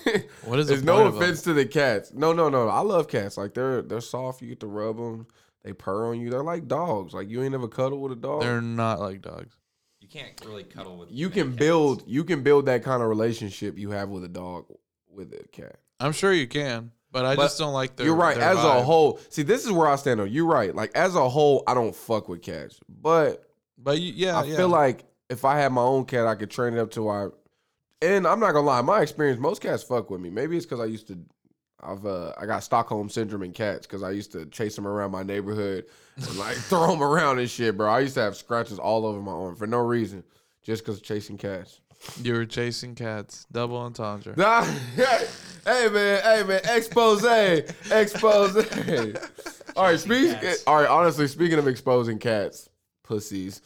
What is the There's no point of them? offense to the cats. No, no, no. I love cats. Like they're they're soft. You get to rub them. They purr on you. They're like dogs. Like you ain't ever cuddled with a dog. They're not like dogs. you can't really cuddle with. you many can cats. build you can build that kind of relationship you have with a dog with a cat. I'm sure you can, but I But just don't like their. You're right. their As a vibe. whole, see, this is where I stand on. You're right. Like as a whole, I don't fuck with cats, but but you, yeah, I Uh, yeah. feel like if I had my own cat, I could train it up to I. And I'm not gonna lie, my experience, most cats fuck with me. Maybe it's because I used to, I've uh, I got Stockholm syndrome in cats because I used to chase them around my neighborhood and like [LAUGHS] throw them around and shit, bro. I used to have scratches all over my arm for no reason, just because chasing cats. you were chasing cats, double entendre. Nah, [LAUGHS] hey man, hey man, expose, expose. all right, speak. cats. All right, honestly, speaking of exposing cats, pussies,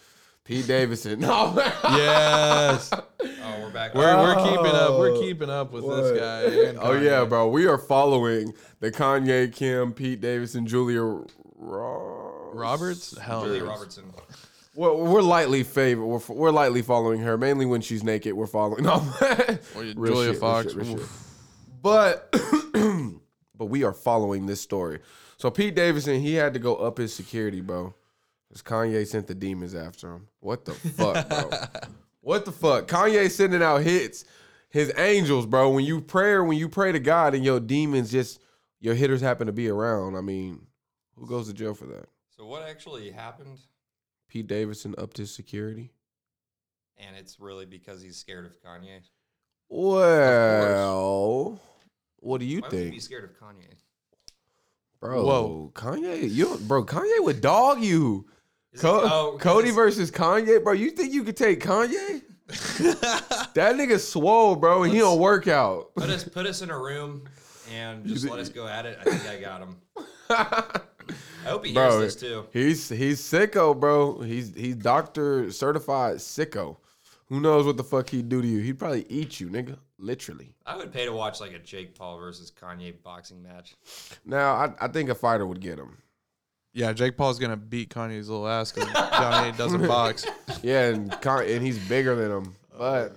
Pete Davidson. [LAUGHS] No, [LAUGHS] Oh, yes, Oh, we're back. we're, we're keeping up. We're Oh, keeping up with What? this guy. and Oh yeah, Kanye. bro. We are following the Kanye, Kim, Pete Davidson, Julia Roberts. Roberts, hell, Julia no. Robertson. We're, we're lightly favor. We're, f- we're lightly following her mainly when she's naked. We're following. [LAUGHS] No, Or you- Real Julia shit, real Fox. shit, real shit. oof. but [CLEARS THROAT] but we are following this story. So Pete Davidson, he had to go up his security, bro. Because Kanye sent the demons after him. What the fuck, bro? [LAUGHS] what the fuck? Kanye sending out hits. His angels, bro. When you pray, when you pray to God and your demons just your hitters happen to be around. I mean, who goes to jail for that? So what actually happened? Pete Davidson upped his security. And it's really because he's scared of Kanye. Well, what do you Why would you think? be scared of Kanye? Bro, Whoa. Kanye, you bro, Kanye would dog you. Is Co- it- oh, 'cause Cody it's- versus Kanye, bro. You think you could take Kanye? that nigga swole, bro, and he don't work out. Put us put us in a room and just let us go at it. I think I got [LAUGHS] him. I hope he Bro, hears this too. He's he's sicko, bro. He's he's doctor certified sicko. Who knows what the fuck he'd do to you? He'd probably eat you, nigga. Literally. I would pay to watch like a Jake Paul versus Kanye boxing match. Now, I, I think a fighter would get him. Yeah, Jake Paul's gonna beat Kanye's little [LAUGHS] ass because Kanye doesn't box. Yeah, and Con- and he's bigger than him. Uh,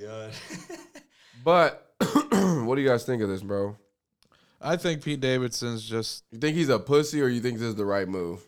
But Oh God. [LAUGHS] but [CLEARS THROAT] what do you guys think of this, bro? I think Pete Davidson's just You think he's a pussy or you think this is the right move?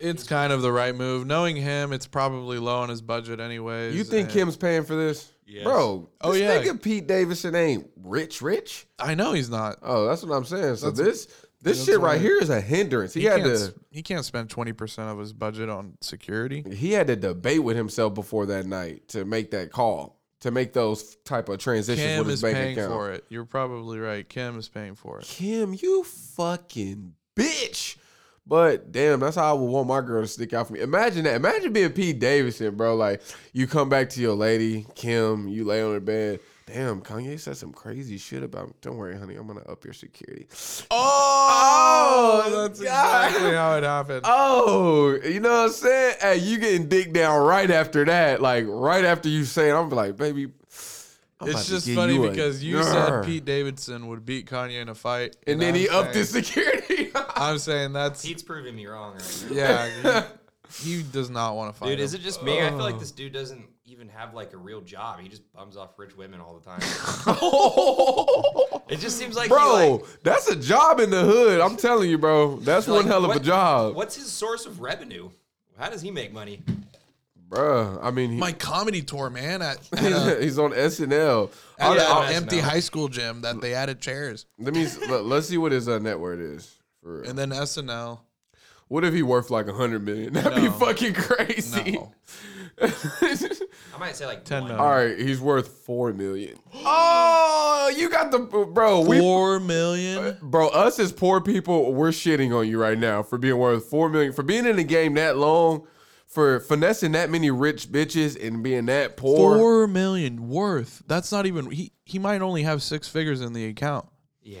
it's kind of the right move. Knowing him, it's probably low on his budget anyways. You think and- Kim's paying for this? Yes. Bro, Oh, this yeah. nigga Pete Davidson ain't rich rich. I know he's not. Oh, that's what I'm saying. So this this that's shit right why- here is a hindrance. He, He, had can't, to s- he can't spend twenty percent of his budget on security. he had to debate with himself before that night to make that call, to make those type of transitions Kim with his is bank paying account. for it. You're probably right. Kim is paying for it. Kim, you fucking bitch. But damn, that's how I would want my girl to stick out for me. Imagine that. Imagine being Pete Davidson, bro. Like you come back to your lady, Kim, you lay on her bed. Damn, Kanye said some crazy shit about me. Don't worry, honey. I'm gonna up your security. Oh, that's God. exactly how it [LAUGHS] happened. Oh, you know what I'm saying? Hey, you getting dick down right after that. Like right after you say it, I'm like, baby. I'm about it's to just give funny a because you said grr. Pete Davidson would beat Kanye in a fight, and then I'm he upped saying- his security. [LAUGHS] [LAUGHS] I'm saying that's Pete's proving me wrong right now. yeah. He, he does not want to fight. Dude, is him. it just me? I feel like this dude doesn't even have like a real job. He just bums off rich women all the time. it just seems like he, bro, like- that's a job in the hood. I'm telling you, bro. That's one like, hell of what- a job, What's his source of revenue? How does he make money? bro. I mean, he, My comedy tour, man, at, at, [LAUGHS] a, he's on SNL. at All an that- all- that's empty not- high school gym that they added chairs, let me let, let's see what his uh, net worth is. For real. and then SNL. What if he worth like a hundred million? [LAUGHS] That'd be No. fucking crazy. No. I might say like Ten one. [LAUGHS] million. All right, he's worth four million. Oh, you got the bro. We, Four million. bro, us as poor people, we're shitting on you right now for being worth four million, for being in the game that long, for finessing that many rich bitches and being that poor. Four million worth. That's not even. He he might only have six figures in the account. Yeah,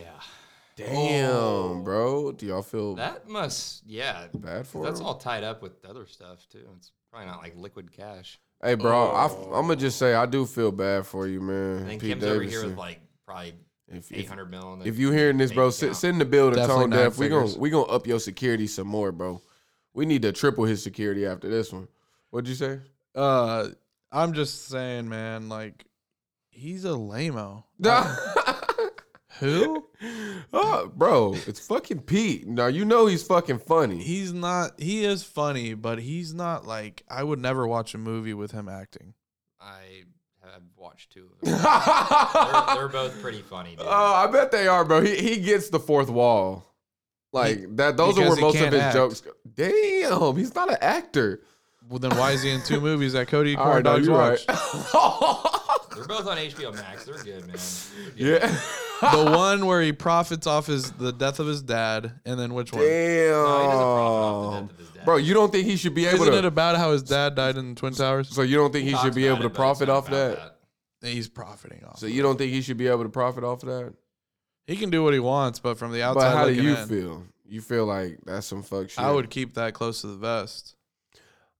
Damn, Oh. bro. Do y'all feel that must. Yeah, bad for that's him? all tied up with other stuff too. It's probably not like liquid cash. Hey, bro, I, am gonna just say I do feel bad for you, man. I think Pete Kim's over here Davidson. with like probably If- if- eight hundred mil. If you hearing this, bro, sit, send the bill to Definitely Tone nine Deaf. We gonna figures. we gonna up your security some more, bro. We need to triple his security after this one. What'd you say? Uh, I'm just saying, man. Like, he's a lameo. [LAUGHS] [LAUGHS] Who? oh, bro, it's fucking Pete. Now you know he's fucking [LAUGHS] funny. He's not. He is funny, but he's not like. I would never watch a movie with him acting. I have watched two of them. oh, they're, [LAUGHS] they're both pretty funny. Dude. I bet they are, bro. He he gets the fourth wall. Like that those are because where he most of can't his act. jokes go. Damn, he's not an actor. Well, then why is [LAUGHS] he in two movies that Cody All Corn right, no, Dogs you're watched? right. They're both on HBO Max. They're good, man. They're good. [LAUGHS] yeah. the one where he profits off his the death of his dad, and then which one? Damn. No, he doesn't profit [LAUGHS] off the death of his dad. Bro, you don't think he should be able Isn't it to? about how his dad died in the Twin Towers? so you don't think he Talks should be about able to it, but it's profit not off about that? He's profiting off. So you don't think he should be able to profit off of that? He can do what he wants, but from the outside but how do looking you in, feel? You feel like that's some fuck shit. I would keep that close to the vest.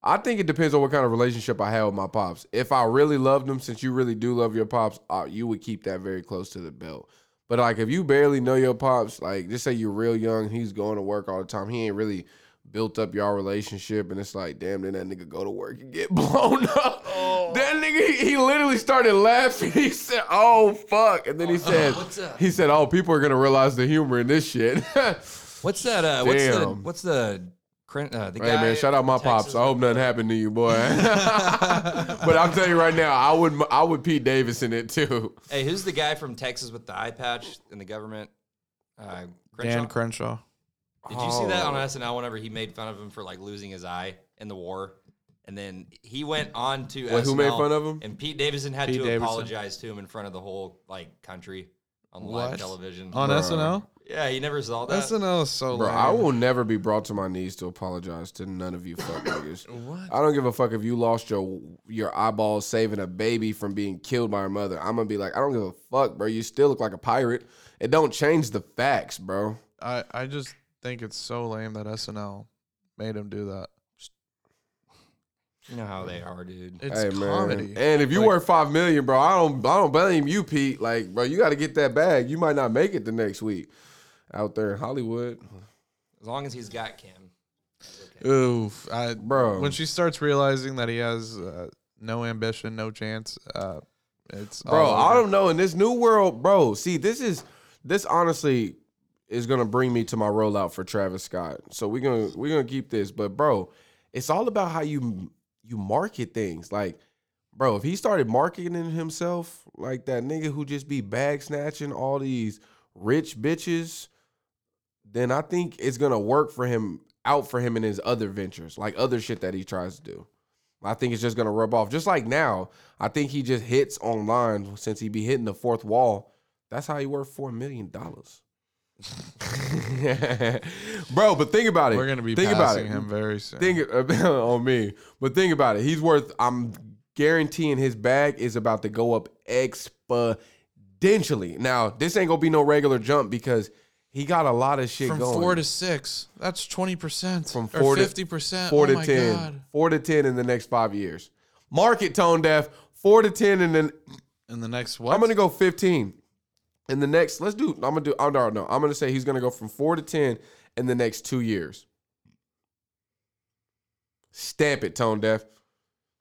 I think it depends on what kind of relationship I had with my pops. If I really loved them, since you really do love your pops, uh, you would keep that very close to the belt. But like, if you barely know your pops, like just say you're real young, he's going to work all the time. He ain't really built up y'all relationship, and it's like, damn, then that nigga go to work and get [LAUGHS] blown up. That nigga, he, he literally started laughing. [LAUGHS] He said, "Oh fuck," and then [LAUGHS] he said, what's up? "He said, oh, people are gonna realize the humor in this shit." [LAUGHS] What's that? Uh, what's the Damn. what's the crin- uh, the Hey man, shout out my pops. Oh. I hope nothing happened to you, [LAUGHS] boy. but I'll tell you right now, I would I would Pete Davidson it too. Hey, who's the guy from Texas with the eye patch in the government? Uh, Crenshaw? Dan Crenshaw. Did you see that on Oh. SNL whenever he made fun of him for like losing his eye in the war? And then he went on to Wait, who made SNL, fun of him? And Pete Davidson had Pete to Davidson. apologize to him in front of the whole like country on live What? television. On Bruh. SNL? yeah, you never saw that. SNL is so Bro, lame. I will never be brought to my knees to apologize to none of you fuck niggas. I don't give a fuck if you lost your your eyeballs saving a baby from being killed by her mother. I'm gonna be like, I don't give a fuck, bro. You still look like a pirate. It don't change the facts, bro. I, I just think it's so lame that SNL made him do that. you know how they are, dude. It's hey comedy. man. And if you Like- worth five million, bro, I don't I don't blame you, Pete. Like, bro, you gotta get that bag. You might not make it the next week. Out there in Hollywood. As long as he's got Kim. Oof, I, Bro. When she starts realizing that he has uh, no ambition, no chance, uh, it's bro all i over. don't know in this new world bro see this is this honestly is gonna bring me to my rollout for travis scott so we're gonna we're gonna keep this but bro it's all about how you you market things like bro if he started marketing himself like that nigga who just be bag snatching all these rich bitches then i think it's gonna work for him out for him in his other ventures like other shit that he tries to do I think it's just gonna rub off. Just like now, I think he just hits online since he be hitting the fourth wall. That's how he worth four million [LAUGHS] dollars. [LAUGHS] Bro, but think about it. We're gonna be think about passing it. him very soon. Think [LAUGHS] on me, but think about it. He's worth. I'm guaranteeing his bag is about to go up exponentially. Now this ain't gonna be no regular jump because he got a lot of shit from going. four to six, that's twenty percent. From or four to- fifty percent. four oh to my ten, God. four to ten in the next five years. Market tone deaf. Four to ten, and then And the next what? I'm gonna go 15. In the next, let's do. I'm gonna do. Oh, no, no. I'm gonna say he's gonna go from four to ten in the next two years. Stamp it, tone deaf.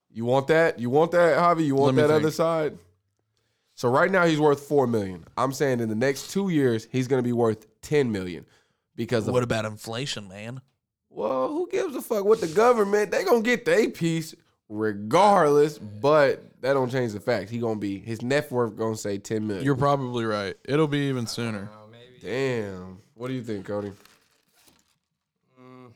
You want that? You want that, Javi? You want Let me that other think. side? So right now he's worth four million. I'm saying in the next two years he's going to be worth ten million because of What about inflation, man? well, who gives a fuck what the government? They gonna get their piece regardless, but that don't change the fact. He gonna be his net worth gonna say ten million. You're probably right. It'll be even sooner. Oh, maybe. Damn. What do you think, Cody? Mm.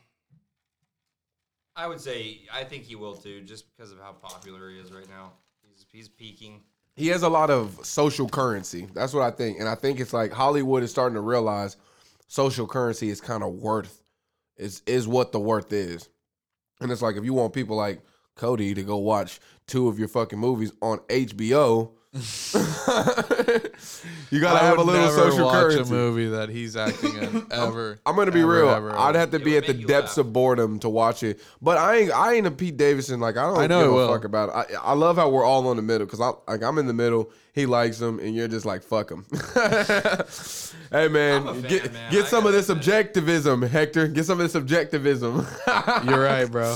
I would say I think he will too, just because of how popular he is right now. He's he's peaking. He has a lot of social currency. That's what I think, and I think it's like Hollywood is starting to realize social currency is kind of worth is is what the worth is, and it's like if you want people like Cody to go watch two of your fucking movies on [LAUGHS] HBO. you gotta I have a would little never social watch currency. a movie that he's acting in ever. [LAUGHS] I'm gonna be ever, real. ever, I'd ever. have to be would at the make you depths laugh. of boredom to watch it. But I ain't. I ain't a Pete Davidson. Like I don't I know give it a will. fuck about it. I, I love how we're all in the middle because I like I'm in the middle. He likes him, and you're just like fuck him. [LAUGHS] hey man, I'm a fan, get man. get I some of gotta this admit. objectivism, Hector. Get some of this objectivism. [LAUGHS] You're right, bro.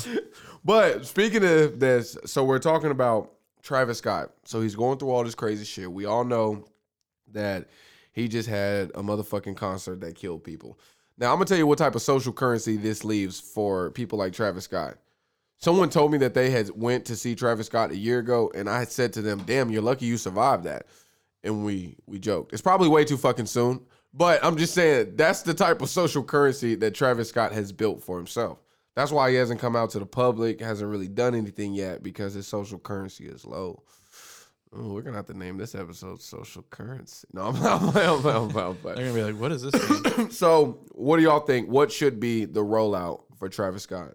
But speaking of this, so we're talking about Travis Scott. So he's going through all this crazy shit. We all know that he just had a motherfucking concert that killed people. Now I'm gonna tell you what type of social currency this leaves for people like Travis Scott. Someone told me that they had went to see Travis Scott a year ago, and I had said to them, "Damn, you're lucky you survived that." And we we joked. It's probably way too fucking soon, but I'm just saying that's the type of social currency that Travis Scott has built for himself. That's why he hasn't come out to the public, hasn't really done anything yet because his social currency is low. Ooh, we're gonna have to name this episode "Social Currency." No, I'm [LAUGHS] not. I'm not- I'm not- I'm not- They're gonna be like, "What is this?" [LAUGHS] Mean? so, what do y'all think? What should be the rollout for Travis Scott?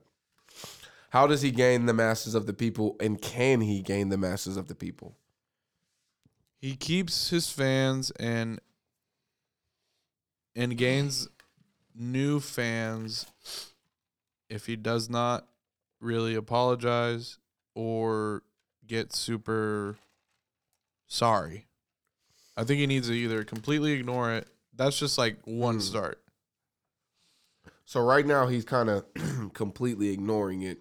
How does he gain the masses of the people, and can he gain the masses of the people? he keeps his fans and and gains new fans if he does not really apologize or get super sorry. I think he needs to either completely ignore it. That's just like one start. So right now he's kind of [CLEARS THROAT] completely ignoring it,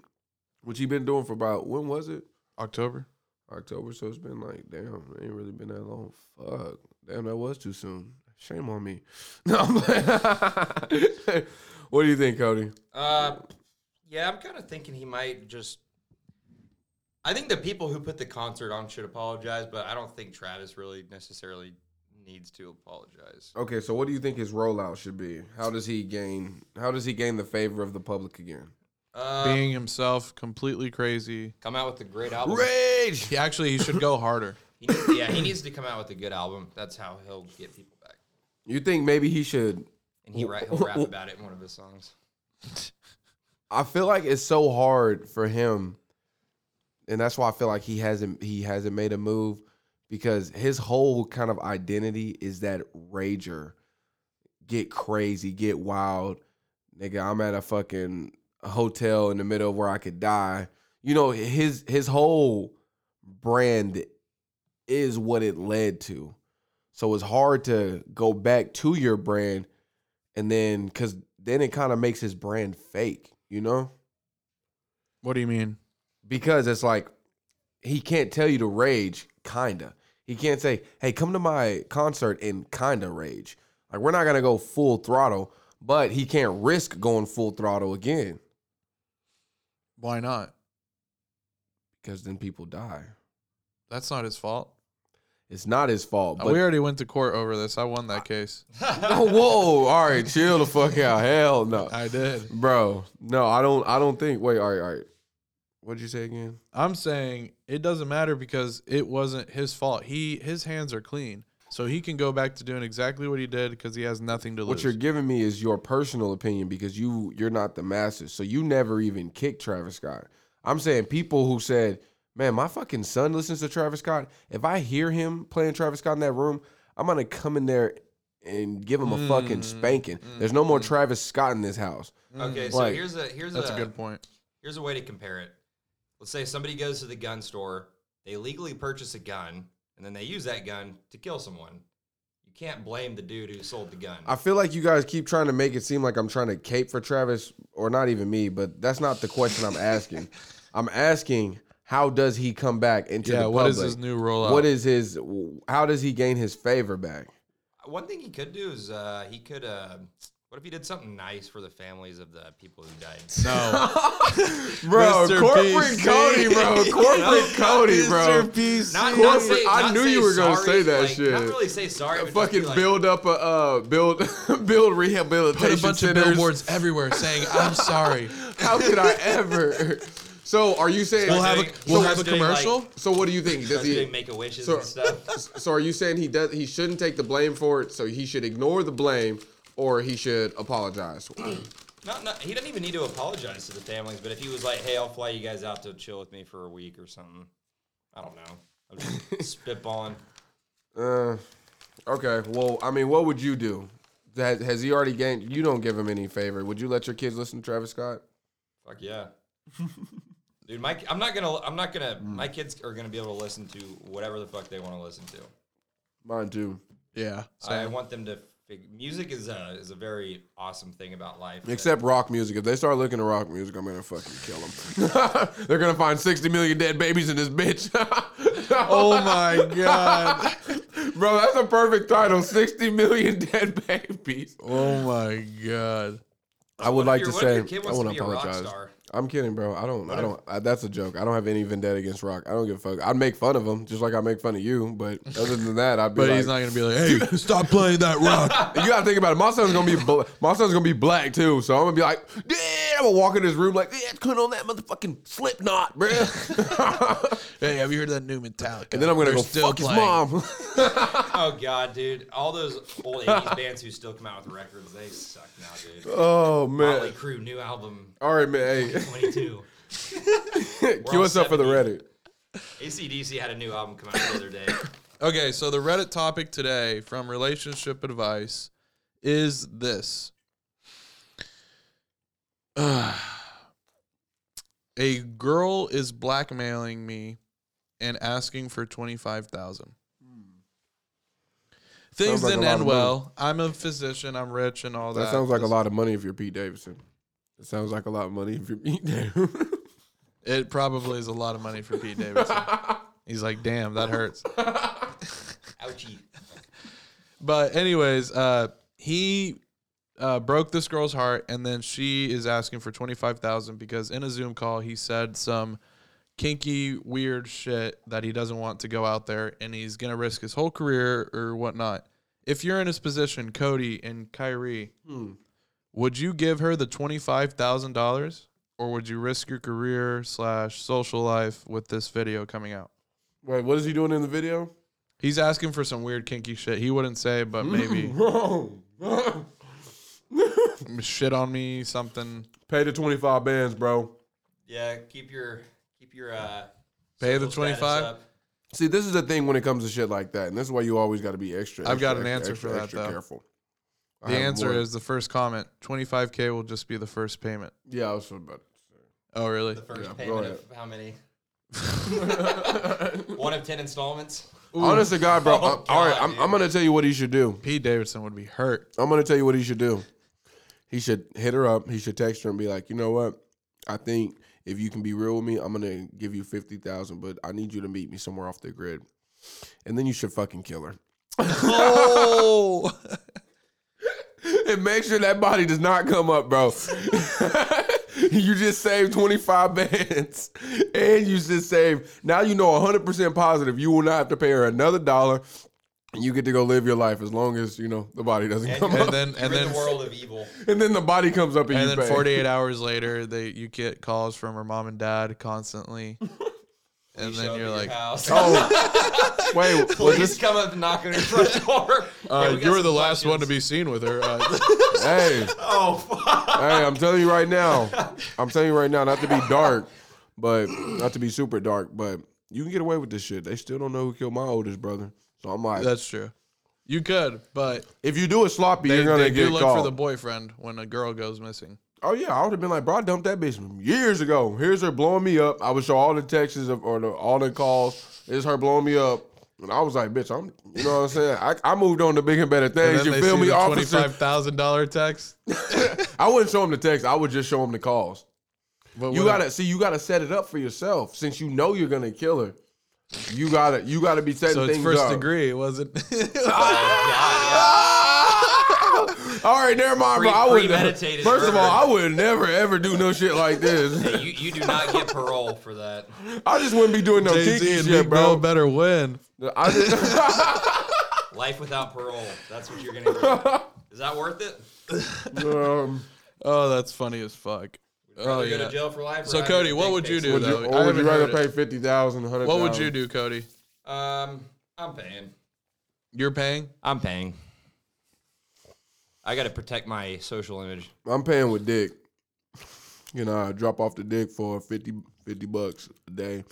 which he been doing for about when was it? October. October. So it's been like, damn, it ain't really been that long. Fuck. Damn, that was too soon. Shame on me. [LAUGHS] No, I'm like- [LAUGHS] what do you think, Cody? Uh, yeah, I'm kind of thinking he might just. I think the people who put the concert on should apologize, but I don't think Travis really necessarily needs to apologize. Okay, so what do you think his rollout should be? How does he gain? How does he gain the favor of the public again? Uh, Being himself, completely crazy. come out with a great album. Rage. He actually he should go [LAUGHS] harder. He needs- yeah, he needs to come out with a good album. That's how he'll get people back. You think maybe he should? And he ri- he'll rap about it in one of his songs. [LAUGHS] [LAUGHS] I feel like it's so hard for him, and that's why I feel like he hasn't he hasn't made a move because his whole kind of identity is that rager, get crazy, get wild, nigga. I'm at a fucking hotel in the middle of where I could die. You know his his whole brand is what it led to. So it's hard to go back to your brand and then because then it kind of makes his brand fake, you know? What do you mean? Because it's like he can't tell you to rage, kinda. He can't say, "Hey, come to my concert and kinda rage." Like we're not gonna go full throttle, but he can't risk going full throttle again Why not? because then people die. That's not his fault. It's not his fault. But we already went to court over this. I won that case. [LAUGHS] whoa, all right, chill the fuck out. Hell [LAUGHS] no, I did. bro. No, I don't. I don't think. Wait, all right, all right. What'd you say again? I'm saying it doesn't matter because it wasn't his fault. He his hands are clean, so he can go back to doing exactly what he did because he has nothing to What lose. you're giving me is your personal opinion because you you're not the masses, so you never even kicked Travis Scott. I'm saying people who said, "Man, my fucking son listens to Travis Scott. If I hear him playing Travis Scott in that room, I'm gonna come in there and give him a fucking Mm, spanking." There's no more Travis Scott in this house. Okay, so Like, here's a here's Mm, uh, That's a good point. here's a way to compare it. Let's say somebody goes to the gun store, they legally purchase a gun, and then they use that gun to kill someone. You can't blame the dude who sold the gun. I feel like you guys keep trying to make it seem like I'm trying to [LAUGHS] cape for Travis, or not even me, but that's not the question I'm asking. I'm asking, how does he come back into Yeah, the public? what is his new rollout? What is his? How does he gain his favor back? One thing he could do is uh, he could. Uh, what if he did something nice for the families of the people who died? no [LAUGHS] Bro, Mr. corporate PC. Cody, [LAUGHS] [LAUGHS] bro, corporate Cody, bro. Not, Corporate- not say, I not knew say you were gonna sorry, say that like, shit. Not really say sorry. but just Fucking be like, build up a uh, build [LAUGHS] build rehabilitation Put a bunch centers. [LAUGHS] of billboards everywhere saying I'm sorry. How could I ever? So are you saying We'll have a doing- we'll so have a doing, like- commercial. So what do you think? Does Does he? make a wishes so- and stuff? So are you saying he does? He shouldn't take the blame for it. So he should ignore the blame, or he should apologize. Not, not, he doesn't even need to apologize to the families, but if he was like, "Hey, I'll fly you guys out to chill with me for a week or something," I don't know. I'm just spitballing. Uh, okay. Well, I mean, what would you do? That has he already gained? You don't give him any favor. Would you let your kids listen to Travis Scott? Fuck yeah, dude. My I'm not gonna I'm not gonna my kids are gonna be able to listen to whatever the fuck they want to listen to. Mine too. Yeah. I same. want them to. fig- Music is a is a very awesome thing about life. that- Except rock music. If they start looking at rock music, I'm gonna fucking kill them. [LAUGHS] They're gonna find 60 million dead babies in this bitch. [LAUGHS] oh my god. Bro, that's a perfect title. 60 million dead babies. Oh my god. I would What like if to your- what if say your I kid wants want to to be a rock apologize. star? I'm kidding, bro. I don't. I don't. I, that's a joke. I don't have any vendetta against rock. I don't give a fuck. I'd make fun of him, just like I make fun of you. But other than that, [LAUGHS] I'd be. But like, he's not gonna be [LAUGHS] like, hey, stop playing that rock. You gotta think about it. My son's gonna be bl- my son's gonna be black too, so I'm gonna be like, yeah. I'm gonna walk in his room like, yeah, it's on that motherfucking Slipknot, bro. [LAUGHS] hey, have you heard that new Metallica? and [LAUGHS] then I'm gonna They're go still fuck playing. his mom. [LAUGHS] Oh god, dude! All those old '80s bands who still come out with records, they suck now, dude. oh Motley man. Crue new album All [LAUGHS] right, man. Hey, 22. [LAUGHS] cue us up for the Reddit. ACDC had a new album come out the other day. Okay, so the Reddit topic today from relationship advice is this. [SIGHS] a girl is blackmailing me and asking for 25,000. Hmm. Things Sounds like didn't a lot end of money. well. I'm a physician, I'm rich and all that. That sounds like a lot of money if you're Pete Davidson. That sounds like a lot of money if you're Pete Davidson. [LAUGHS] It probably is a lot of money for Pete Davidson. He's like, "Damn, that hurts." Ouchie. But anyways, uh, he uh, broke this girl's heart, and then she is asking for twenty five thousand because in a Zoom call he said some kinky, weird shit that he doesn't want to go out there, and he's gonna risk his whole career or whatnot. If you're in his position, Cody and Kyrie, would you give her the twenty five thousand dollars, or would you risk your career slash social life with this video coming out? Wait, what is he doing in the video? He's asking for some weird kinky shit. He wouldn't say, but [LAUGHS] maybe. shit on me, something. Pay the 25 bands, bro. Yeah, keep your keep your uh, Pay the social status 25? up. See, this is the thing when it comes to shit like that, and this is why you always got to be extra. I've got extra, an answer extra, for that, extra though. Careful. I The have answer more. is the first comment. 25k will just be the first payment. yeah. I was about Oh, really? The first Yeah, go payment ahead. of [LAUGHS] how many? [LAUGHS] One of ten installments. Honest to God, bro. Oh, I'm- all right, God, I'm, dude. I'm gonna tell you what he should do. Pete Davidson would [LAUGHS] be hurt. I'm gonna tell you what he should do. He should hit her up. He should text her and be like, you know what? I think if you can be real with me, I'm gonna give you fifty thousand, but I need you to meet me somewhere off the grid. And then you should fucking kill her. Oh, and make sure that body does not come up, bro. [LAUGHS] you just saved 25 bands and you just saved now you know 100% positive you will not have to pay her another dollar and you get to go live your life as long as you know the body doesn't And- come and up then [LAUGHS] and You're then in the world of evil. and then the body comes up and, and you then pay 48 hours later, they you get calls from her mom and dad [LAUGHS] constantly, and You show up then at you're your like, house. [LAUGHS] oh [LAUGHS] wait was Please this come up and knock on [LAUGHS] your front door. Hey, uh, we got "You [LAUGHS] were some the last one to questions. be seen with her." Uh, [LAUGHS] [LAUGHS] hey Oh fuck! hey i'm telling you right now i'm telling you right now not to be dark but not to be super dark but you can get away with this shit they still don't know who killed my oldest brother so i'm like that's true. You could, but If you do it sloppy, they, you're gonna they do get look caught. for the boyfriend when a girl goes missing. oh yeah, I would have been like, bro, I dumped that bitch years ago. Here's her blowing me up. I would show all the texts of, or the, all the calls. It's her blowing me up, and I was like, bitch, I'm, you know what I'm saying? I, I moved on to bigger and better And things. then You they feel see me, the officer? $25,000 text. I wouldn't show him the text. I would just show him the calls. [LAUGHS] But you what- gotta see. You gotta set it up for yourself since you know you're gonna kill her. You gotta. You gotta be setting So it's things Ah, first up. degree, it [LAUGHS] wasn't. [LAUGHS] All right, never mind, bro. I Pre- would premeditated First of all, I murder. would never ever do no shit like [LAUGHS] this. You, you do not get parole for that. I just wouldn't be doing no Jay Z kiki and shit, Big bro. Bill better win. I [LAUGHS] just, Life without parole. That's what you're gonna [LAUGHS] get. Is that worth it? um, Oh, that's funny as fuck. Oh Rather Go yeah. to jail for life. or So, have Cody, your what dick would you pics? do? would you, though. I or would you haven't rather heard pay fifty thousand, hundred? What would you do, Cody? Um, I'm paying. You're paying. I'm paying. I got to protect my social image. I'm paying with dick. You know, I drop off the dick for 50, 50 bucks a day.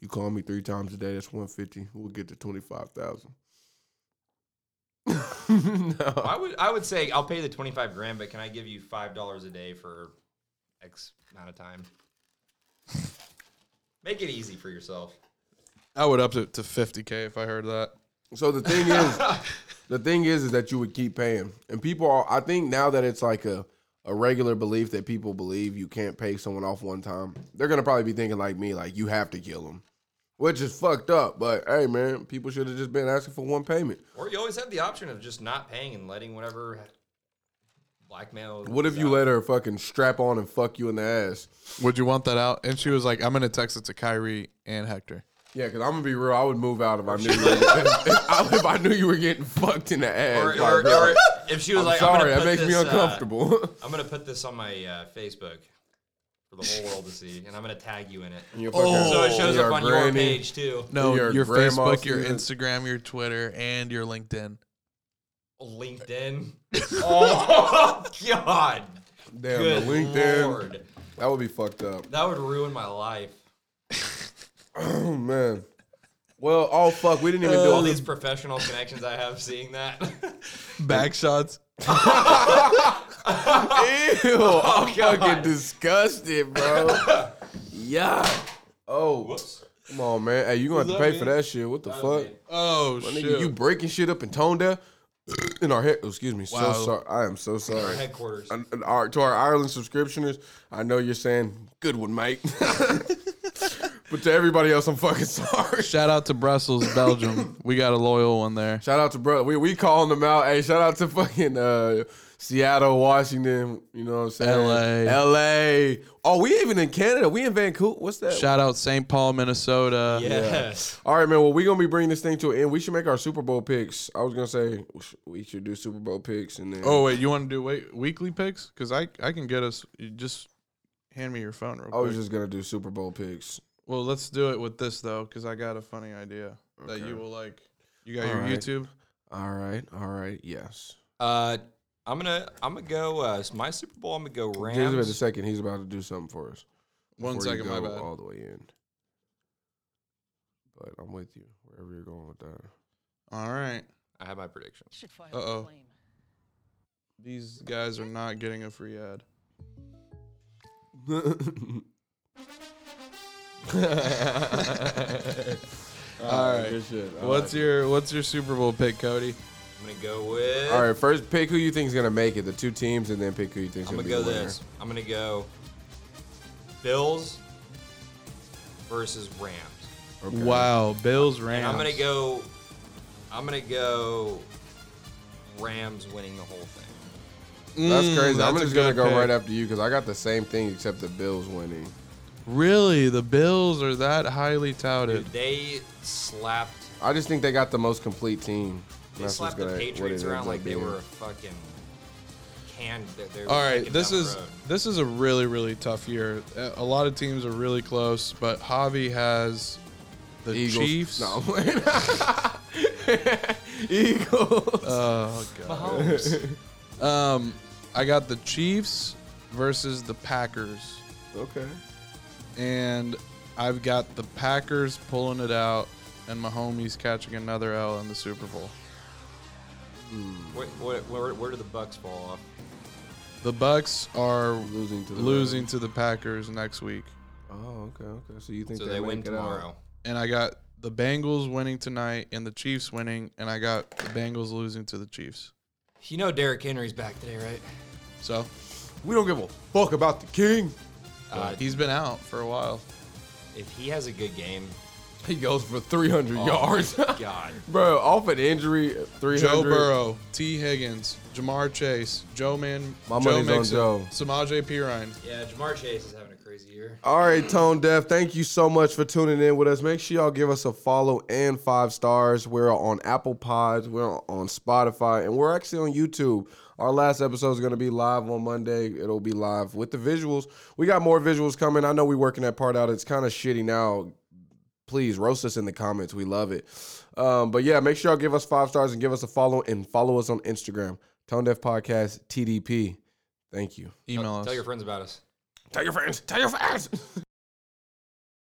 You call me three times a day. That's one fifty. We'll get to twenty five thousand. no, I would I would say I'll pay the twenty five grand, but can I give you five dollars a day for X amount of time? [LAUGHS] Make it easy for yourself. I would up it to 50k if I heard that. So the thing is, the thing is, is that you would keep paying, and people are. I think now that it's like a a regular belief that people believe you can't pay someone off one time, they're gonna probably be thinking like me, like you have to kill them, which is fucked up. But hey, man, people should have just been asking for one payment. Or you always have the option of just not paying and letting whatever blackmail. What if you let her fucking strap on and fuck you in the ass? Would you want that out? And she was like, "I'm gonna text it to Kyrie and Hector." Yeah, because I'm gonna be real. I would move out if I knew you were, if, [LAUGHS] I, if I knew you were getting fucked in the ass. Or, Like, or, bro, or if she was I'm like, I'm sorry, gonna that put makes me this, uh, uncomfortable. [LAUGHS] I'm gonna put this on my uh, Facebook for the whole world to see, and I'm gonna tag you in it. Your fucking- so it shows your up on your Oh, granny. page too. No, Your your, grandma Facebook, your sees it. Instagram, your Twitter, and your LinkedIn. [LAUGHS] LinkedIn. oh God. Damn, Good the LinkedIn. Lord. That would be fucked up. [CLEARS THROAT] That would ruin my life. Oh man. Well, oh fuck, we didn't even All do it. these professional connections I have seeing that. [LAUGHS] Back shots. Ew, [LAUGHS] I'm Oh God. fucking disgusted, bro. yeah. Oh, come on, man. Hey, you gonna have to pay for that shit? What the fuck? Oh My shit. Nigga, you breaking shit up and tone down [CLEARS THROAT] in our head. oh, Excuse me. Wow. So sorry. I am so sorry. Headquarters. And- and our- to our Ireland subscriptioners, I know you're saying good one, mate. [LAUGHS] but to everybody else, I'm fucking [LAUGHS] sorry. Shout out to Brussels, Belgium. [LAUGHS] we got a loyal one there. Shout out to bro, we we calling them out. Hey, shout out to fucking uh, Seattle, Washington. You know what I'm saying? LA. L.A. Oh, we even in Canada. We in Vancouver. What's that? Shout out St. Paul, Minnesota. Yes. All right, man. Well, we gonna be bringing this thing to an end. We should make our Super Bowl picks. I was gonna say we should do Super Bowl picks and then. Oh wait, you want to do wait weekly picks? Because I I can get us. You just hand me your phone real I quick. was just gonna do Super Bowl picks. well, let's do it with this though, because I got a funny idea that Okay. you will like. You got All your right. YouTube. All right, all right, yes. Uh, I'm gonna I'm gonna go uh, it's my Super Bowl. I'm gonna go Just wait a Rams. second. He's about to do something for us. One before you second, my go bad. All the way in. But I'm with you wherever you're going with that. All right, I have my predictions. should fire Uh-oh. the flame. these guys are not getting a free ad. [LAUGHS] All right. What's your What's your Super Bowl pick, Cody? I'm gonna go with. All right, first pick who you think's gonna make it. The two teams, and then pick who you think's I'm gonna gonna be go the winner. this. I'm gonna go Bills versus Rams. Okay. Wow, Bills And Rams. I'm gonna go. I'm gonna go Rams winning the whole thing. That's Mm, crazy. I'm that's a just gonna good go pick. right after you because I got the same thing except the Bills winning. Really, the Bills are that highly touted. Dude, they slapped. I just think they got the most complete team. They That's what's slapped the gonna- what it Patriots ends around up like they being. were a fucking canned. They, they were All right, kicking this down the is road. this is a really really tough year. A a lot of teams are really close, but Javi has the Eagles. Chiefs. [LAUGHS] No. Eagles. Oh god. um, I got the Chiefs versus the Packers, okay. and I've got the Packers pulling it out, and Mahomes catching another L in the Super Bowl. Where, where, where, where do the Bucks fall off? The Bucks are Losing to the losing Ravens. to the Packers next week, Oh, okay, okay. So you think So they, they win make it out. tomorrow. and I got the Bengals winning tonight and the Chiefs winning, and I got the Bengals losing to the Chiefs. You know Derrick Henry's back today, right? So We don't give a fuck about the king. Uh, He's been out for a while. if he has a good game, He goes for 300 Oh. yards. [LAUGHS] God, Bro, off an injury, 300. Joe Burrow, T. Higgins, Jamar Chase, Joe Man, My Joe money's on Mixon, Joe. Samaje Perine. Yeah, Jamar Chase is having a crazy year. All right, Tone Deaf, thank you so much for tuning in with us. Make sure y'all give us a follow and five stars. We're on Apple Pods, we're on Spotify, and we're actually on YouTube. Our last episode is going to be live on Monday. It'll be live with the visuals. We got more visuals coming. I know we're working that part out. It's kind of shitty now. Please roast us in the comments. We love it. Um, but yeah, make sure y'all give us five stars and give us a follow and follow us on Instagram. Tone Deaf Podcast TDP. Thank you. Email us. tell your friends about us. Tell your friends. [LAUGHS] Tell your friends.